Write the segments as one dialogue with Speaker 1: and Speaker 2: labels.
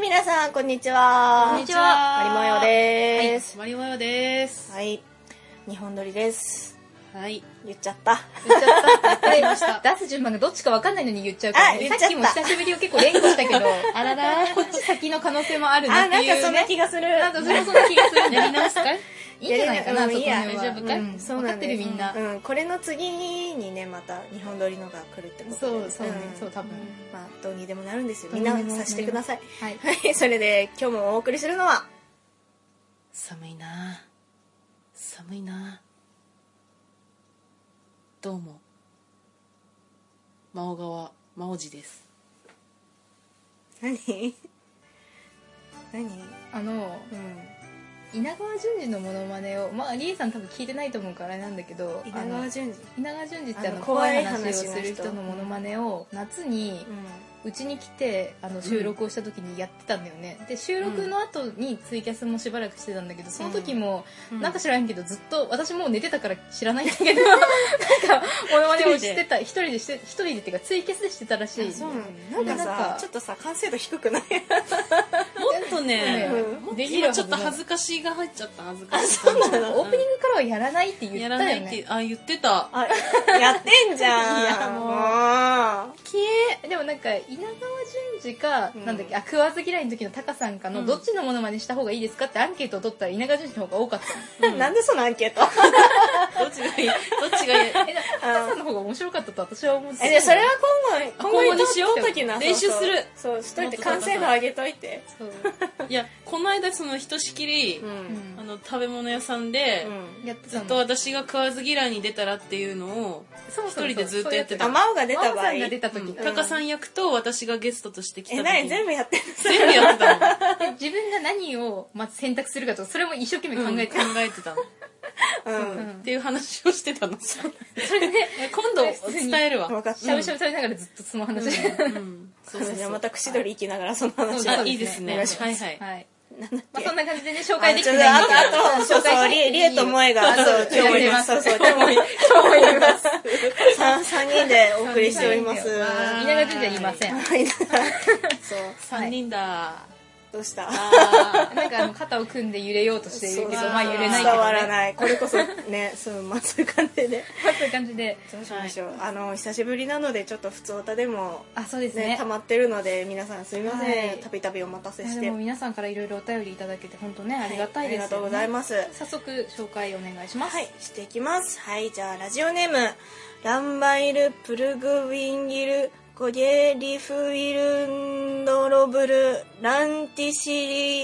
Speaker 1: 皆さん、こんにちは。
Speaker 2: こんにちは
Speaker 1: マリモヨです。
Speaker 2: マリモヨです。
Speaker 1: はい。日本撮りです。
Speaker 2: はい。
Speaker 1: 言っちゃった。
Speaker 2: 言っちゃった。やってみました。
Speaker 3: 出す順番がどっちか分かんないのに言っちゃうから、
Speaker 1: あ言
Speaker 3: ね、
Speaker 1: っちゃった
Speaker 3: さっきも久しぶりを結構連呼したけど
Speaker 2: あらら。
Speaker 3: こっち先の可能性もある
Speaker 1: あ、
Speaker 3: な
Speaker 1: な
Speaker 3: っ
Speaker 1: ん
Speaker 3: て
Speaker 1: か
Speaker 3: いう、ね、
Speaker 1: そんな気がする。
Speaker 3: なんかそれそんな気がするんだ
Speaker 2: や
Speaker 3: よ
Speaker 2: り直すかい
Speaker 3: いいんじゃないかな、
Speaker 1: やりなうん
Speaker 3: そこは
Speaker 1: いいや
Speaker 2: 大丈夫かい
Speaker 3: うん
Speaker 1: そう
Speaker 3: 分か
Speaker 1: なん
Speaker 3: っ
Speaker 1: だよ
Speaker 3: てるみんな、
Speaker 1: うん、これの次にね、また日本撮りのが来るってことで
Speaker 3: そうそうね、
Speaker 1: ん
Speaker 3: そう多分、
Speaker 1: まあ、どうにでもなるんですよ。
Speaker 3: どう
Speaker 1: みん
Speaker 3: にで
Speaker 1: な
Speaker 3: も
Speaker 1: 察してください。
Speaker 3: はい
Speaker 1: はい、 それで今日もお送りするのは、
Speaker 2: 寒いな寒いなどうも真央川真央路です
Speaker 1: 何何
Speaker 3: あの
Speaker 1: うん。
Speaker 3: 稲川淳二のモノマネをまあリエさん多分聞いてないと思うからあれなんだけど
Speaker 1: 稲
Speaker 3: あ
Speaker 1: 川
Speaker 3: の
Speaker 1: 淳二。
Speaker 3: 稲川淳二ってあ
Speaker 1: あ
Speaker 3: の
Speaker 1: の
Speaker 3: 怖い
Speaker 1: 怖い
Speaker 3: 話を
Speaker 1: 話の人
Speaker 3: する人のモノマネを夏に
Speaker 1: う
Speaker 3: うちに来てあの収録をした時にやってたんだよね、で収録の後にツイキャスもしばらくしてたんだけどその時も、なんか知らんけどずっと私もう寝てたから知らないんだけどなんかモノマネをしてた一人でして一人でっていうかツイキャスでしてたらしい
Speaker 1: あそうなの
Speaker 3: も
Speaker 1: なんかさ
Speaker 3: なんか
Speaker 1: ちょっとさ完成度低くない
Speaker 2: ちょっとね
Speaker 1: うん
Speaker 2: もっと
Speaker 3: できる
Speaker 2: 今
Speaker 3: は
Speaker 2: ち
Speaker 3: ず
Speaker 2: ょっ
Speaker 3: な
Speaker 2: と
Speaker 3: の
Speaker 2: 恥ずかしが入っちゃった恥ずかしそう
Speaker 1: なの
Speaker 3: オープニングからはやらないって言
Speaker 2: や
Speaker 3: った
Speaker 2: ら
Speaker 3: よ
Speaker 2: ないって
Speaker 3: ね
Speaker 2: あ言ってた
Speaker 1: あやってんじゃん
Speaker 2: いやもう
Speaker 1: も
Speaker 3: でもなんか稲川淳二か、
Speaker 1: うん
Speaker 3: なんだっけあ食わず嫌いの時のタカさんかの、
Speaker 2: うん
Speaker 3: どっちのモノマネした方がいいですかってアンケートを取ったら稲川淳二の方が多かった
Speaker 1: うなんでそのアンケート
Speaker 2: どっちがいいどっ ちがいい
Speaker 3: えだタカさんの方が面白かったと私は思って
Speaker 1: えでそれは今後
Speaker 2: 今後
Speaker 1: 今後
Speaker 2: に
Speaker 1: に
Speaker 2: し
Speaker 1: し
Speaker 2: よ
Speaker 1: よ
Speaker 2: う
Speaker 1: うときな
Speaker 2: 練習する
Speaker 1: そうそうしといて
Speaker 2: もっと
Speaker 1: 完成度上げといて
Speaker 3: そう、
Speaker 2: いやこの間そのひとしきり、
Speaker 1: うん
Speaker 3: うん
Speaker 2: あの食べ物屋さんで、
Speaker 1: うん
Speaker 3: やって
Speaker 2: ず
Speaker 3: た
Speaker 2: っ
Speaker 3: の
Speaker 2: と私が食わず嫌いに出たらっていうのを
Speaker 3: そうそうそう
Speaker 2: 一人でずっとやってた
Speaker 1: あマオが出
Speaker 3: 出
Speaker 1: た
Speaker 3: た
Speaker 1: 場
Speaker 3: 場
Speaker 1: 合
Speaker 3: 合が出た時、
Speaker 2: うんタカさん役と私がゲストとして来た時
Speaker 1: え何全
Speaker 2: 部
Speaker 1: 部やってる
Speaker 2: 全部やってたの
Speaker 3: で自分が何をまず選択するかとかそれも一生懸命考
Speaker 2: 考え
Speaker 3: え
Speaker 2: て
Speaker 3: て
Speaker 2: 考えてたの、
Speaker 1: うん
Speaker 3: うん
Speaker 2: っていう話をしてたの今
Speaker 3: それで、ね、
Speaker 2: 度伝えるわ、
Speaker 1: 分かっ
Speaker 3: しゃ
Speaker 1: た
Speaker 3: ぶしゃぶ食べながらずっとその話、
Speaker 2: うん、そうそう
Speaker 1: じゃ
Speaker 2: そ
Speaker 1: あ
Speaker 2: う
Speaker 1: また串取り行きながらその話
Speaker 3: そう
Speaker 2: あ
Speaker 3: そう
Speaker 2: いいですね
Speaker 3: お
Speaker 2: は
Speaker 3: 願
Speaker 2: い
Speaker 3: いし
Speaker 2: はい、
Speaker 3: はい
Speaker 1: なんだっ
Speaker 3: まあ、
Speaker 1: け
Speaker 3: そんな感じでね紹介できて
Speaker 1: あ
Speaker 3: な
Speaker 1: ちょっ
Speaker 3: いん
Speaker 1: と
Speaker 3: だけど
Speaker 1: あとそうそうリエリエと萌えがそう
Speaker 3: 今日もいます
Speaker 1: そうそう
Speaker 3: 今日もいます
Speaker 1: 三三人でお送りしております
Speaker 2: は
Speaker 3: 稲川淳二はいません
Speaker 1: はい そう
Speaker 2: 3人だ、
Speaker 1: どうした
Speaker 2: あ
Speaker 3: なんかあの肩を組んで揺れようとしているけど
Speaker 2: そう
Speaker 3: まあ揺れないけ
Speaker 1: 伝
Speaker 3: ど、ね、
Speaker 1: わらないこれこそね そうまあそういう感じで
Speaker 3: まあそういう感じで
Speaker 1: どうしましょう、あの久しぶりなのでちょっと普通歌でも
Speaker 3: あそうです
Speaker 1: ね
Speaker 3: ね
Speaker 1: 溜まってるので皆さんすみません、
Speaker 3: はい
Speaker 1: たびたびお待たせ
Speaker 3: いや
Speaker 1: して
Speaker 3: でも皆さんからいろいろお便りいただけて本当ねありがたいですよね、
Speaker 1: ありがとうございますは
Speaker 3: 早速紹介お願いします、
Speaker 1: いしていきますはいじゃあラジオネームランバイルプルグウィンギルコゲリフイルンドロブルランティシ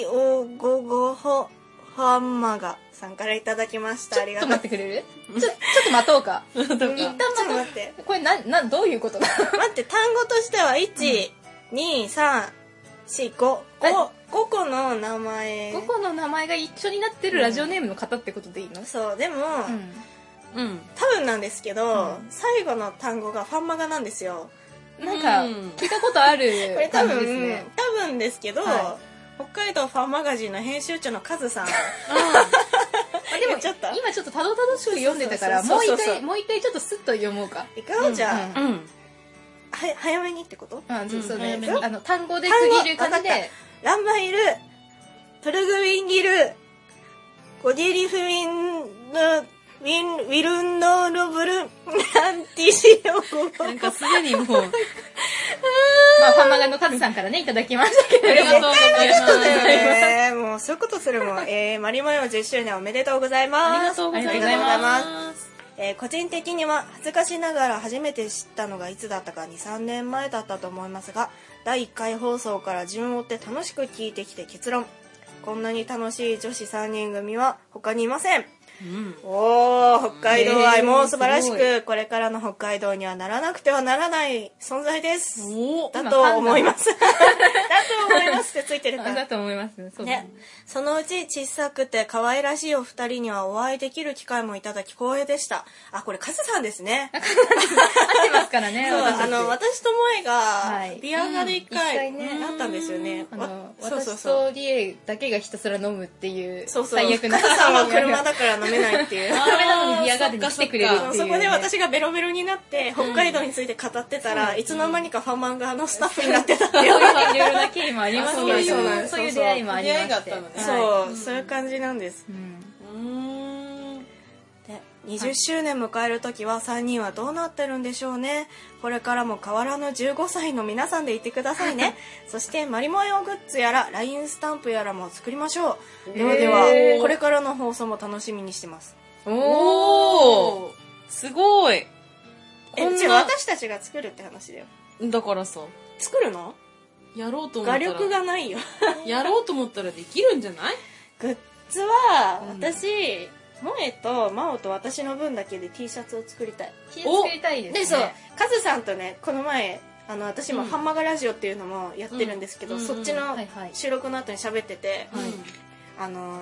Speaker 1: リオゴゴホハンマガさんからいただきましたあり
Speaker 3: ちょ
Speaker 1: が
Speaker 3: っ
Speaker 1: とう
Speaker 3: と待ってくれるちょちょっと待と うか一
Speaker 2: ーどう
Speaker 3: 旦
Speaker 2: か
Speaker 1: ちょっと
Speaker 3: 待
Speaker 1: 待って
Speaker 3: とうこれななどういうことだ
Speaker 1: 待って単語としては1234555個の名前
Speaker 3: 5個の名前が一緒になってるラジオネームの方ってことでいいの、
Speaker 1: そうでも、
Speaker 3: うん
Speaker 2: うん
Speaker 1: 多分なんですけど、
Speaker 3: うん
Speaker 1: 最後の単語がファンマガなんですよ
Speaker 3: なんか
Speaker 2: うん
Speaker 3: 聞いたことある
Speaker 1: これ多
Speaker 3: 感じ
Speaker 1: 分、
Speaker 3: ですね。
Speaker 1: 多分ですけど、
Speaker 3: は
Speaker 1: 北海道ファンマガジンの編集長のカズさん
Speaker 3: あで
Speaker 1: 言
Speaker 3: も
Speaker 1: っちょっと
Speaker 3: 今ちょっとたどたどしく読んでたから
Speaker 1: そ
Speaker 3: も
Speaker 1: う
Speaker 3: う
Speaker 1: そうそう
Speaker 3: 一
Speaker 1: そう
Speaker 3: 回もう一回ちょっとスッと読もうか。
Speaker 1: いかがじゃあ、
Speaker 3: うん
Speaker 2: うん、うん
Speaker 1: は早めにってこと
Speaker 3: あそうそう
Speaker 2: う
Speaker 3: ね
Speaker 2: ん早め。に
Speaker 3: あの単語で区
Speaker 1: 単語
Speaker 3: 切る感じ
Speaker 1: わかっ
Speaker 3: で。
Speaker 1: ランバイルプルグウィンギルゴディリフウィンのウィンウィルンドロブルアンティシオゴゴ
Speaker 2: なんかすでにも
Speaker 3: ま
Speaker 2: う
Speaker 3: あファンマガのカズさんからねいただきました け
Speaker 2: ありがとうございます
Speaker 1: ねえもうそういうことするもん。えー、マリモヨ10周年おめでとうございます。
Speaker 2: ありがとうございます
Speaker 3: ありがとうござい
Speaker 2: す
Speaker 1: えー個人的には恥ずかしながら初めて知ったのがいつだったか23年前だったと思いますが第1回放送から順を追って楽しく聞いてきて結論こんなに楽しい女子3人組は他にいません
Speaker 2: うん
Speaker 1: おー北海道愛も素晴らし
Speaker 3: ねえ
Speaker 1: くこれからの北海道にはならなくてはならない存在です
Speaker 2: お
Speaker 1: だ
Speaker 3: 今
Speaker 1: と思います だと思いますってついてるか
Speaker 3: ど。
Speaker 1: ら
Speaker 3: だと思いますね。そうだ
Speaker 1: ね
Speaker 3: ね。、
Speaker 1: そのうち小さくて可愛らしいお二人にはお会いできる機会もいただき光栄でしたあこれカズさんですね
Speaker 3: 合ってますからね。
Speaker 1: そう
Speaker 3: 私た
Speaker 1: あ
Speaker 3: ち
Speaker 1: の私と萌え
Speaker 3: は
Speaker 1: が
Speaker 3: い
Speaker 1: ビアガで一回
Speaker 3: うん一回ね
Speaker 1: あったんですよね
Speaker 3: あの
Speaker 1: わそうそう
Speaker 3: 私
Speaker 1: そう
Speaker 3: とリエだけがひたすら飲むっていう
Speaker 1: そうそう
Speaker 3: 最悪な
Speaker 1: カズさんは車だから飲飲めないって いう
Speaker 3: ダメなのにビアガーデンに来てくれるっていう、
Speaker 1: そ
Speaker 3: ね
Speaker 1: う、そこで私がベロベロになって北海道について語ってたら、いつの間にかファンマン側のスタッフになってたって
Speaker 3: そう
Speaker 1: いう、
Speaker 3: いういろいろな経緯もありますけど
Speaker 1: あそう
Speaker 3: そう
Speaker 1: なん
Speaker 3: い
Speaker 1: です
Speaker 3: うそういう出会いもありまして
Speaker 2: 出会いがあったのね
Speaker 3: はい
Speaker 1: そう、そういう感じなんです
Speaker 3: うん
Speaker 2: うん
Speaker 1: で20周年迎える時は3人はどうなってるんでしょうねこれからも変わらぬ15歳の皆さんでいてください ねそしてマリモ用グッズやら LINE スタンプやらも作りましょうではで
Speaker 2: へ
Speaker 1: は
Speaker 2: ー
Speaker 1: これからの放送も楽しみにしてます
Speaker 2: おおすごい
Speaker 1: え
Speaker 2: こん
Speaker 1: 違う
Speaker 2: な
Speaker 1: 私たちが作るって話だよ
Speaker 2: だからさ
Speaker 1: 作るの
Speaker 2: やろうと思っ
Speaker 1: 画
Speaker 2: たら
Speaker 1: 力がないよ
Speaker 2: やろうと思ったらできるんじゃない
Speaker 1: グッズは
Speaker 2: うん
Speaker 1: 私、萌と真央と私の分だけで T シャツを作りたい
Speaker 3: 気を作りたいです、ね、
Speaker 1: でそうカズさんとねこの前あの私も「
Speaker 2: うん
Speaker 1: ハンマガラジオ」っていうのもやってるんですけど、
Speaker 2: うん
Speaker 1: そっちの
Speaker 3: はいはい
Speaker 1: 収録の後に喋ってて、
Speaker 2: はい
Speaker 1: あの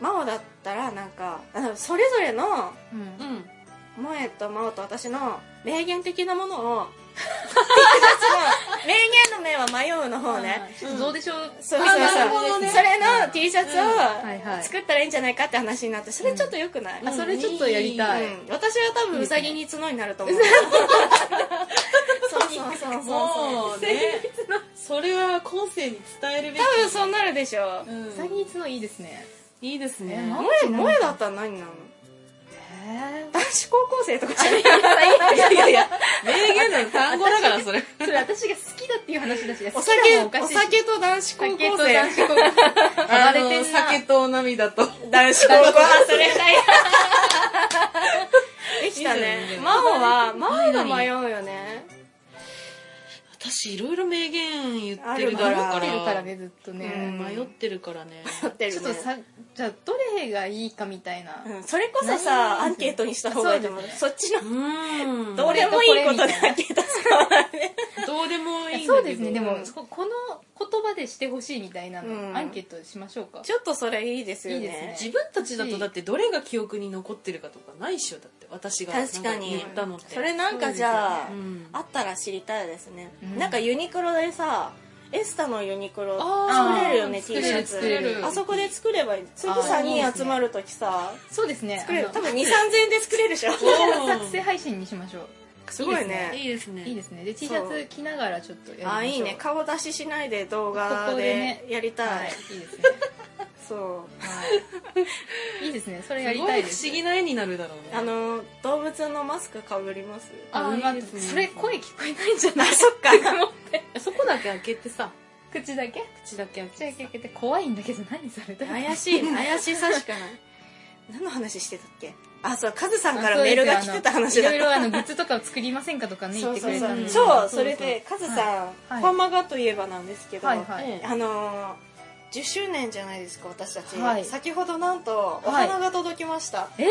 Speaker 1: 真央だったらなんかあのそれぞれの
Speaker 3: うん
Speaker 2: うん
Speaker 1: 萌えと真央と私の名言的なものを名言の名は迷うの方ね、
Speaker 3: ちょっとどうでしょう、
Speaker 1: そう
Speaker 2: あ
Speaker 1: そうそう
Speaker 2: なるほどね
Speaker 1: それの T シャツ
Speaker 3: はいは
Speaker 1: を
Speaker 3: い
Speaker 1: 作ったらいいんじゃないかって話になってそれちょっとよくない、
Speaker 3: あそれちょっとやりたい、
Speaker 1: うん私は多分ウサギに角になると思う。そうそうそうそう
Speaker 2: も
Speaker 1: そう
Speaker 2: ねそれは後世に伝えるべき
Speaker 1: 多分そうなるでしょ。
Speaker 2: うん
Speaker 3: うさぎいつのいいですね
Speaker 2: いいです
Speaker 3: え
Speaker 2: ね
Speaker 3: ま
Speaker 1: 萌え、萌えだったら何なの
Speaker 3: え
Speaker 1: 男子高校生とかじゃない
Speaker 2: いやいやいや名言の単語だからそれ
Speaker 3: それ私が好きだっていう話だし
Speaker 1: お
Speaker 3: 好きな
Speaker 1: 酒、
Speaker 3: のもか
Speaker 1: お
Speaker 3: しいし
Speaker 1: 酒と男子高校
Speaker 3: 酒と
Speaker 1: 生。
Speaker 3: 男子高校生暴れ
Speaker 2: あ
Speaker 3: て
Speaker 2: の
Speaker 3: んな
Speaker 2: 酒と涙と
Speaker 1: 男子高校生。 それだよ。できた
Speaker 2: いい
Speaker 1: ね
Speaker 2: ね。
Speaker 1: 真央は、真央が迷うよね。
Speaker 2: 私いろいろ名言言ってるだ
Speaker 1: あ
Speaker 2: ろう
Speaker 1: る
Speaker 2: か
Speaker 1: あ
Speaker 3: 迷ってるからね
Speaker 2: ら
Speaker 3: ずっと
Speaker 2: う
Speaker 3: ね、
Speaker 2: ん迷ってるからね
Speaker 1: 撮ってる
Speaker 3: ち
Speaker 1: ね
Speaker 3: ょっとさじゃあどれがいいかみたいな、
Speaker 1: うんそれこそさ、
Speaker 3: 何
Speaker 1: アンケートにした方がいいと思う。そっちの、
Speaker 2: うん
Speaker 1: どれもいいことでアンケート使わないね。
Speaker 2: どうでもいいんだけど
Speaker 3: そうですねでもここの言葉でしてほしいみたいなの、
Speaker 1: うん
Speaker 3: アンケートしましょうか
Speaker 1: ちょっとそれいいですよ
Speaker 3: いいですね
Speaker 1: ね。
Speaker 2: 自分たちだとだってどれが記憶に残ってるかとかないっしょだって私がなん
Speaker 1: 確かに
Speaker 2: 言ったのって
Speaker 1: それなんかじゃあ、
Speaker 2: うん
Speaker 1: あったら知りたいですね、
Speaker 3: うん
Speaker 1: なんかユニクロでさエスタのユニクロ
Speaker 2: あ
Speaker 3: ー
Speaker 1: 作れるよね T
Speaker 3: 作
Speaker 1: シ
Speaker 3: れる
Speaker 1: ャツ
Speaker 3: 作れる
Speaker 1: あそこで作ればいい次
Speaker 2: あー
Speaker 3: い
Speaker 1: 3
Speaker 3: いで
Speaker 1: 人
Speaker 3: す
Speaker 1: 集
Speaker 3: ね
Speaker 1: まる時さ
Speaker 3: そうですね
Speaker 1: 作れる
Speaker 3: あの
Speaker 1: 多分2 3 0 0 0円で作れるで しょ
Speaker 2: おー
Speaker 3: 作成配信にしましょう
Speaker 1: すごいね
Speaker 2: いいですね
Speaker 3: いいですねで T シャツ着ながらちょっとやりましょう
Speaker 1: あーいいね顔出ししないで動画
Speaker 3: ここで
Speaker 1: で
Speaker 3: ね
Speaker 1: やりた
Speaker 3: はいいいいですね
Speaker 1: そ
Speaker 3: はいいいですねそれやりたいです
Speaker 2: すごい不思議な絵になるだろうね
Speaker 1: うあの動物のマスクかぶります
Speaker 3: あ
Speaker 2: あ
Speaker 3: 待っ
Speaker 2: いいです
Speaker 3: て
Speaker 2: ね
Speaker 3: それ声聞こえないんじゃ
Speaker 1: あ
Speaker 3: ない
Speaker 1: そっか
Speaker 2: そこだけ開けてさ
Speaker 3: 口だけ
Speaker 2: 口だけ開
Speaker 3: 口だ
Speaker 2: け
Speaker 3: け
Speaker 2: て
Speaker 3: 開けて怖いんだけど何された
Speaker 1: 怪しい怪しさしかない 何の話してたっけあそうカズさんからメールが来てた話だ
Speaker 3: いろいろあのグッズとかを作りませんかとかね言
Speaker 1: そ
Speaker 3: っ
Speaker 1: う
Speaker 3: て
Speaker 1: そ
Speaker 3: く
Speaker 1: う
Speaker 3: れ
Speaker 1: そ
Speaker 3: た
Speaker 1: うんそう
Speaker 3: で
Speaker 2: そうそ
Speaker 1: そ
Speaker 2: う
Speaker 1: れでカズさん、
Speaker 3: はい
Speaker 1: ファンマガといえばなんですけど、
Speaker 3: はいはい
Speaker 2: ええ
Speaker 1: あのー10周年じゃないですか私たち、
Speaker 3: はい
Speaker 1: 先ほどなんとお花が届きました、
Speaker 3: えー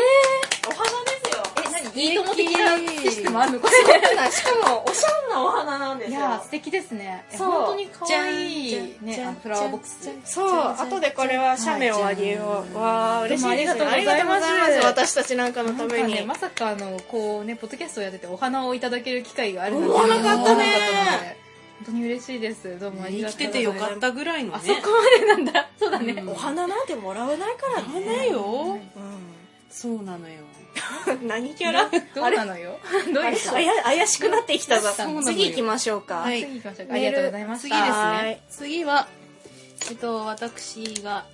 Speaker 1: お花ですよ
Speaker 3: え何いいとも的なシステムあるのか
Speaker 1: すごくないしかもおしゃんなお花なんです
Speaker 3: い
Speaker 1: よ
Speaker 3: やー素敵ですねいや
Speaker 1: そう
Speaker 3: 本当に可愛い
Speaker 2: じ
Speaker 3: ね
Speaker 2: ゃん
Speaker 3: あのフラワーボックス
Speaker 2: じゃん
Speaker 1: そう後でこれは写メをあげよう、わあ嬉しいですね
Speaker 3: どうもありがとうございます
Speaker 1: ありがとうございます私たちなんかの
Speaker 3: な
Speaker 1: た
Speaker 3: ん
Speaker 1: め
Speaker 3: か
Speaker 1: に、
Speaker 3: ねまさかあのこうねポッドキャストをやっててお花をいただける機会がある
Speaker 1: 思わなかったね
Speaker 3: 思わなかったので本当に嬉しいですどうもあり
Speaker 2: 生
Speaker 3: が
Speaker 2: き
Speaker 3: とうござ
Speaker 2: てて
Speaker 3: い
Speaker 2: よ
Speaker 3: ます
Speaker 2: かったぐらいのね
Speaker 3: あそこまでなんだそうだね
Speaker 2: うん
Speaker 1: お花なんてもらわないから
Speaker 2: 危
Speaker 1: ね、
Speaker 2: ないよ
Speaker 1: う
Speaker 2: そうなのよ
Speaker 1: ん、 何キャラ
Speaker 3: どうなのよどう
Speaker 1: あ
Speaker 3: で
Speaker 1: れ
Speaker 3: した
Speaker 1: あや怪しくなってきたぞ
Speaker 3: そうなのよ
Speaker 1: 次行きましょうか、
Speaker 2: はい
Speaker 3: 次行きましょうかありがとうございました
Speaker 2: 次です
Speaker 1: は
Speaker 2: ね
Speaker 1: い
Speaker 2: 次はえっと私が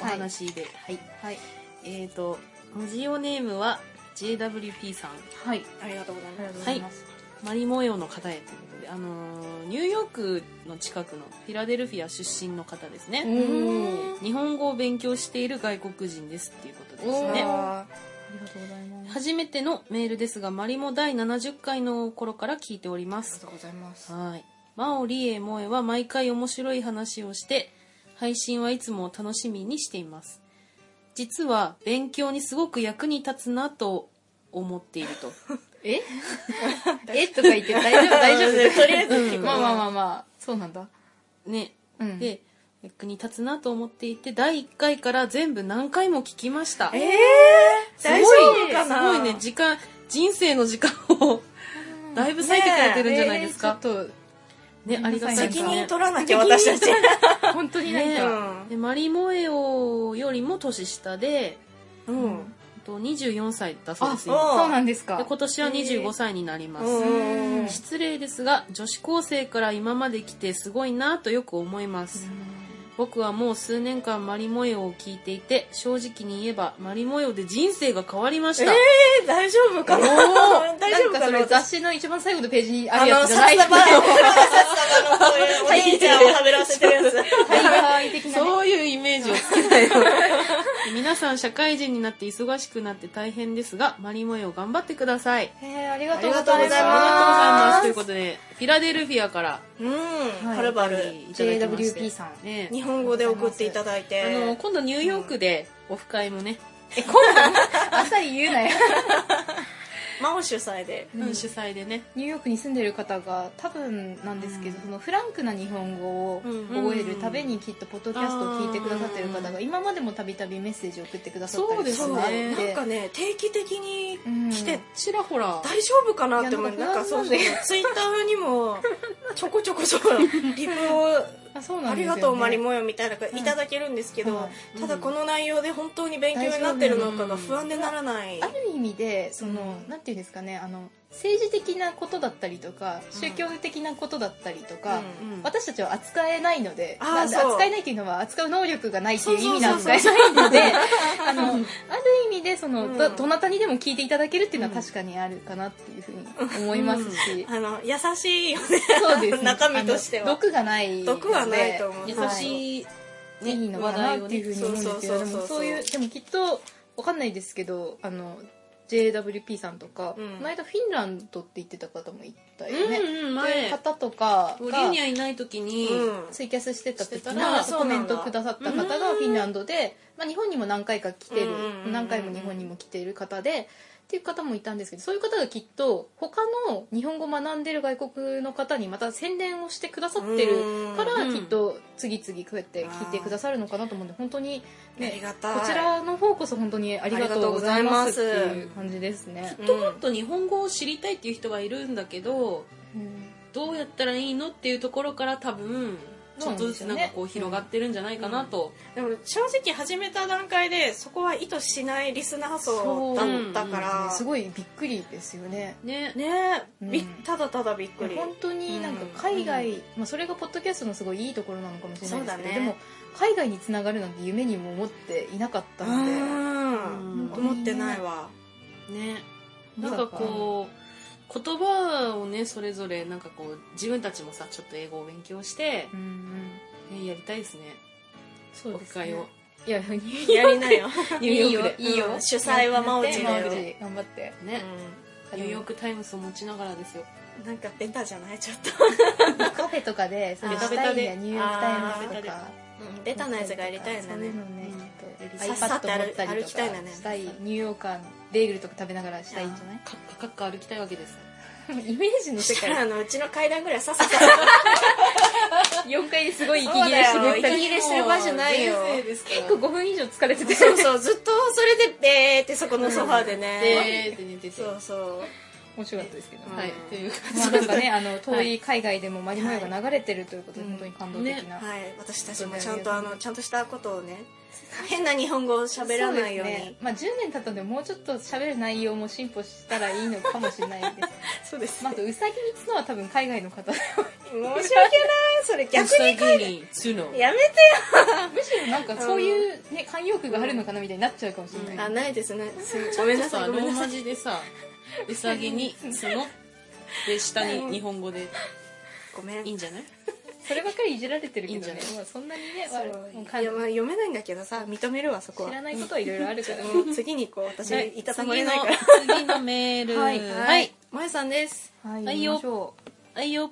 Speaker 2: お話ではい
Speaker 3: はい
Speaker 2: えっと文字オネームは JWP さん
Speaker 3: はい
Speaker 1: ありがとうございま
Speaker 3: ありがと
Speaker 1: す
Speaker 3: うございます
Speaker 2: マリ模様の方へということで、あのーニューヨークの近くのフィラデルフィア出身の方です
Speaker 3: お
Speaker 2: ね、
Speaker 3: ー
Speaker 2: 日本語を勉強している外国人ですっていうことで
Speaker 3: お
Speaker 2: す
Speaker 3: ー
Speaker 2: ね
Speaker 1: あ
Speaker 3: ありがとうございます
Speaker 2: 初めてのメールですがマリモ第70回の頃から聞いておりま
Speaker 1: りが
Speaker 2: す
Speaker 1: とうございます
Speaker 2: はいマオリエモエは毎回面白い話をして配信はいつも楽しみにしています実は勉強にすごく役に立つなと思っていると
Speaker 3: え えとか言って大丈夫大丈夫
Speaker 1: とりあえず聞こう
Speaker 3: まあまあまあまあそうなんだ
Speaker 2: ね
Speaker 3: うん
Speaker 2: で役に立つなと思っていて第1回から全部何回も聞きました
Speaker 1: えー、
Speaker 2: すごい
Speaker 1: 大丈夫かな
Speaker 2: すごいね時間人生の時間をだいぶ割いてくれてるんじゃないですか、
Speaker 3: えーちょっ
Speaker 2: ねありがたいです
Speaker 1: 責
Speaker 2: ね
Speaker 1: 任取らなきゃ私たち、
Speaker 3: と本当になん
Speaker 2: ね
Speaker 3: か
Speaker 1: う
Speaker 2: でマリモエオよりも年下で
Speaker 1: うんうん
Speaker 2: あと24歳だそうです
Speaker 1: あ
Speaker 2: よ
Speaker 3: そうなんですか
Speaker 2: で今年は25歳になります、
Speaker 1: うんうん
Speaker 2: 失礼ですが女子高生から今まで来てすごいなとよく思います、僕はもう数年間マリモエオを聞いていて正直に言えばマリモエオで人生が変わりました、
Speaker 1: えー大丈夫かな 大丈夫
Speaker 3: なんか
Speaker 1: か
Speaker 3: そ
Speaker 1: な
Speaker 3: れ
Speaker 1: 私
Speaker 3: 雑誌の一番最後のページにあ
Speaker 1: あ
Speaker 3: るや
Speaker 1: の、
Speaker 3: つじゃ
Speaker 1: さ
Speaker 3: な
Speaker 1: っ
Speaker 3: い
Speaker 1: さ ば、さっさばのこういうお兄ちゃんをはべらせてる やつ。
Speaker 3: タイガー的なね
Speaker 2: そういうイメージをつけ たよ皆さん社会人になって忙しくなって大変ですがマリモエオ頑張ってください
Speaker 3: へーありがとうございます
Speaker 1: ありが
Speaker 2: ありがとうございますということでフィラデルフィアから
Speaker 1: うん、
Speaker 3: はい
Speaker 1: はるばる。
Speaker 2: いただきまして
Speaker 3: JWP さん
Speaker 2: ね
Speaker 1: 日本語で送っていただいて。
Speaker 2: あの今度ニューヨークでオフ会もね、
Speaker 3: え今度あっさり言うなよ
Speaker 1: マオ主催で。
Speaker 3: ん
Speaker 2: 主催でね
Speaker 3: ニューヨークに住んでる方が多分なんですけど、そのフランクな日本語を覚えるためにきっとポッドキャストを聞いてくださってる方が今までもたびたびメッセージを送ってくださったり
Speaker 2: そ
Speaker 3: と
Speaker 2: う
Speaker 3: かあって
Speaker 1: なんかね、定期的に来て、
Speaker 3: うん
Speaker 2: ちらほら
Speaker 1: 大丈夫かなって思う。
Speaker 3: いや
Speaker 1: な
Speaker 3: なんん
Speaker 1: か
Speaker 3: か
Speaker 1: そう
Speaker 3: 不
Speaker 1: そ
Speaker 3: 安な
Speaker 1: うん
Speaker 3: で
Speaker 1: ツイッターにも、ちょこちょこ ちょこ、リプを、
Speaker 3: あそうな
Speaker 1: あ
Speaker 3: んで
Speaker 1: り
Speaker 3: すよ、ね、
Speaker 1: がとうマリモよみたいなのがいただけるんですけど、
Speaker 3: は
Speaker 1: ただこの内容で本当に勉強になってるのかが不安でならない。
Speaker 3: ある意味でその、
Speaker 2: うん
Speaker 3: なんていうんですかねあの政治的なことだったりとか宗教的なことだったりとか、
Speaker 1: うん
Speaker 2: うん
Speaker 3: 私たちは扱えないので
Speaker 1: あー
Speaker 3: なんで
Speaker 1: そう
Speaker 3: 扱えないっていうのは扱う能力がないっていう意味
Speaker 1: そ
Speaker 3: な
Speaker 1: うそ
Speaker 3: ん
Speaker 1: う
Speaker 3: で
Speaker 1: そう
Speaker 3: 扱えない のであのある意味でその、
Speaker 1: うん
Speaker 3: どどなたにでも聞いていただけるっていうのは確かにあるかなっていうふうに思いますし、
Speaker 1: あの、優しいよね。
Speaker 3: そうです、
Speaker 1: 中身としては
Speaker 3: あの毒がないので
Speaker 1: 毒はないと思う
Speaker 2: 優
Speaker 3: はい
Speaker 2: しい、ね
Speaker 3: いいの
Speaker 2: 話
Speaker 3: か
Speaker 2: 題
Speaker 3: なっ
Speaker 2: を
Speaker 3: てい
Speaker 2: ね
Speaker 3: うふうに思うんですけ
Speaker 1: そう
Speaker 3: ど
Speaker 1: そうそ
Speaker 3: で
Speaker 1: うそう
Speaker 3: もそういうでもきっとわかんないですけどあの JWP さんとか、
Speaker 1: うん
Speaker 3: この間フィンランドって言ってた方もいたよね、
Speaker 2: うんうん
Speaker 3: そういう
Speaker 2: 前
Speaker 3: 方とか
Speaker 2: ボリュ
Speaker 3: が
Speaker 2: ニアいない時に、
Speaker 1: うん
Speaker 3: ツイキャスしてた時
Speaker 2: してたら
Speaker 3: の
Speaker 1: そう
Speaker 3: コ
Speaker 1: な
Speaker 3: メ
Speaker 1: ん
Speaker 3: ン
Speaker 1: だ
Speaker 3: トくださった方がフィンランドで、まあ、日本にも何回か来てる
Speaker 1: うんうんうんうん
Speaker 3: 何回も日本にも来ている方でっていう方もいたんですけどそういう方がきっと他の日本語を学んでる外国の方にまた宣伝をしてくださってるか
Speaker 2: う
Speaker 3: ら
Speaker 2: ん
Speaker 3: きっと次々こうやって聞いてくださるのかなと思うんで本当に、
Speaker 1: あり
Speaker 3: ね、
Speaker 1: がたい。
Speaker 3: こちらの方こそ本当にありがとうございますっていう感じですね。
Speaker 2: ともっと日本語を知りたいっていう人がいるんだけど
Speaker 3: うん
Speaker 2: どうやったらいいのっていうところから多分ちょっとずつなんかこう広がってるんじゃないかなと、
Speaker 1: でも正直始めた段階でそこは意図しないリスナー層だったから、
Speaker 3: すごいびっくりですよね。
Speaker 2: ね
Speaker 1: ねえ、び
Speaker 3: うん
Speaker 1: ただただびっくり、
Speaker 3: 本当になんか海外、まあ、それがポッドキャストのすごいいいところなのかもしれないですけ
Speaker 1: そうだ
Speaker 3: ど、
Speaker 1: ね
Speaker 3: でも海外につながるなんて夢にも思っていなかった
Speaker 1: う
Speaker 3: ので、
Speaker 1: ん
Speaker 2: うん
Speaker 1: 思ってないわ、
Speaker 2: ねなんかこう言葉をねそれぞれなんかこう自分たちもさちょっと英語を勉強して
Speaker 3: う、んうん、
Speaker 2: ねやりたいですね
Speaker 3: そう
Speaker 2: オ
Speaker 3: で
Speaker 2: フ
Speaker 3: すね
Speaker 2: 会を
Speaker 3: いや
Speaker 1: やりなよ、
Speaker 2: ニューヨークで
Speaker 3: いいよ、
Speaker 1: うん主催は真央ちだ
Speaker 3: マオ
Speaker 1: よ
Speaker 3: チ頑張って
Speaker 2: ね、ニューヨークタイムスを持ちながらですよ
Speaker 1: うんなんかベタじゃないちょっと、
Speaker 3: カフェとかでそれしたいんだよニューヨークタイムズとか
Speaker 1: ベタなやつがやりたいんだ
Speaker 3: そうい
Speaker 1: ね
Speaker 3: うのね
Speaker 2: うん
Speaker 3: きっと
Speaker 1: さっさと
Speaker 3: iPad 持った
Speaker 1: 歩
Speaker 3: り
Speaker 1: きた
Speaker 3: とか
Speaker 1: いんだね
Speaker 3: したいニューヨーカーのベーグルとか食べながらしたいんじゃない
Speaker 2: カッカカッカ歩きたいわけです
Speaker 3: イメージの
Speaker 1: そ
Speaker 3: 世
Speaker 1: したらあ
Speaker 3: 界
Speaker 1: のうちの階段ぐらいさっさと
Speaker 3: 4階ですごい息
Speaker 1: そうだ
Speaker 3: 切れ
Speaker 1: よ
Speaker 3: してる
Speaker 1: 息切れしてる場合じゃないよ
Speaker 2: 人生ですから
Speaker 3: 結構5分以上疲れて て
Speaker 1: そうそうずっとそれでベーってそこのソファーでね、
Speaker 2: でーって寝てて
Speaker 1: そうそう
Speaker 3: 面白かったですけど、
Speaker 1: うん
Speaker 2: はいという感
Speaker 3: まあ
Speaker 2: じ
Speaker 3: なんかねあの遠い海外でもマリモヤが流れてるということで、
Speaker 1: はい
Speaker 3: 本当に感動的な、
Speaker 1: はい私たちもちゃんとあのちゃんとしたことをね変な日本語を
Speaker 3: そう
Speaker 1: 喋らないように
Speaker 3: ですねまあ、10年経ったのでもうちょっと喋る内容も進歩したらいいのかもしれないです
Speaker 1: そうです
Speaker 3: まああとウサギにつのは多分海外の方
Speaker 1: 申し訳ないそれ逆に
Speaker 2: 逆につの
Speaker 1: やめ
Speaker 3: むしろなんかそういう、ね、慣用句があるのかなみたいになっちゃうかもしれ
Speaker 1: て
Speaker 3: ない、
Speaker 1: あないですねすごめんなさ
Speaker 2: さ
Speaker 1: いごめ
Speaker 2: ロ
Speaker 1: ん
Speaker 2: ー
Speaker 1: なさ
Speaker 2: マ
Speaker 1: い
Speaker 2: 字でさうさぎにつので下に日本語で
Speaker 1: ごめん
Speaker 2: いいんじゃない
Speaker 3: そればっかりいじられてるけど
Speaker 2: いい
Speaker 3: ね
Speaker 2: んじゃない
Speaker 3: まあ、そんなにね
Speaker 1: そう
Speaker 3: わもう
Speaker 1: い
Speaker 3: 感
Speaker 1: やまあ読めないんだけどさ認めるわそこ
Speaker 3: 知
Speaker 1: は
Speaker 3: らないことはいろいろあるから、
Speaker 1: うん次に行こう私いたたまれないから
Speaker 2: 次の次のメール
Speaker 3: はい
Speaker 2: はい
Speaker 1: まゆさんです
Speaker 3: はい
Speaker 2: はい
Speaker 3: 行
Speaker 2: よ
Speaker 3: きましょ
Speaker 2: はいよ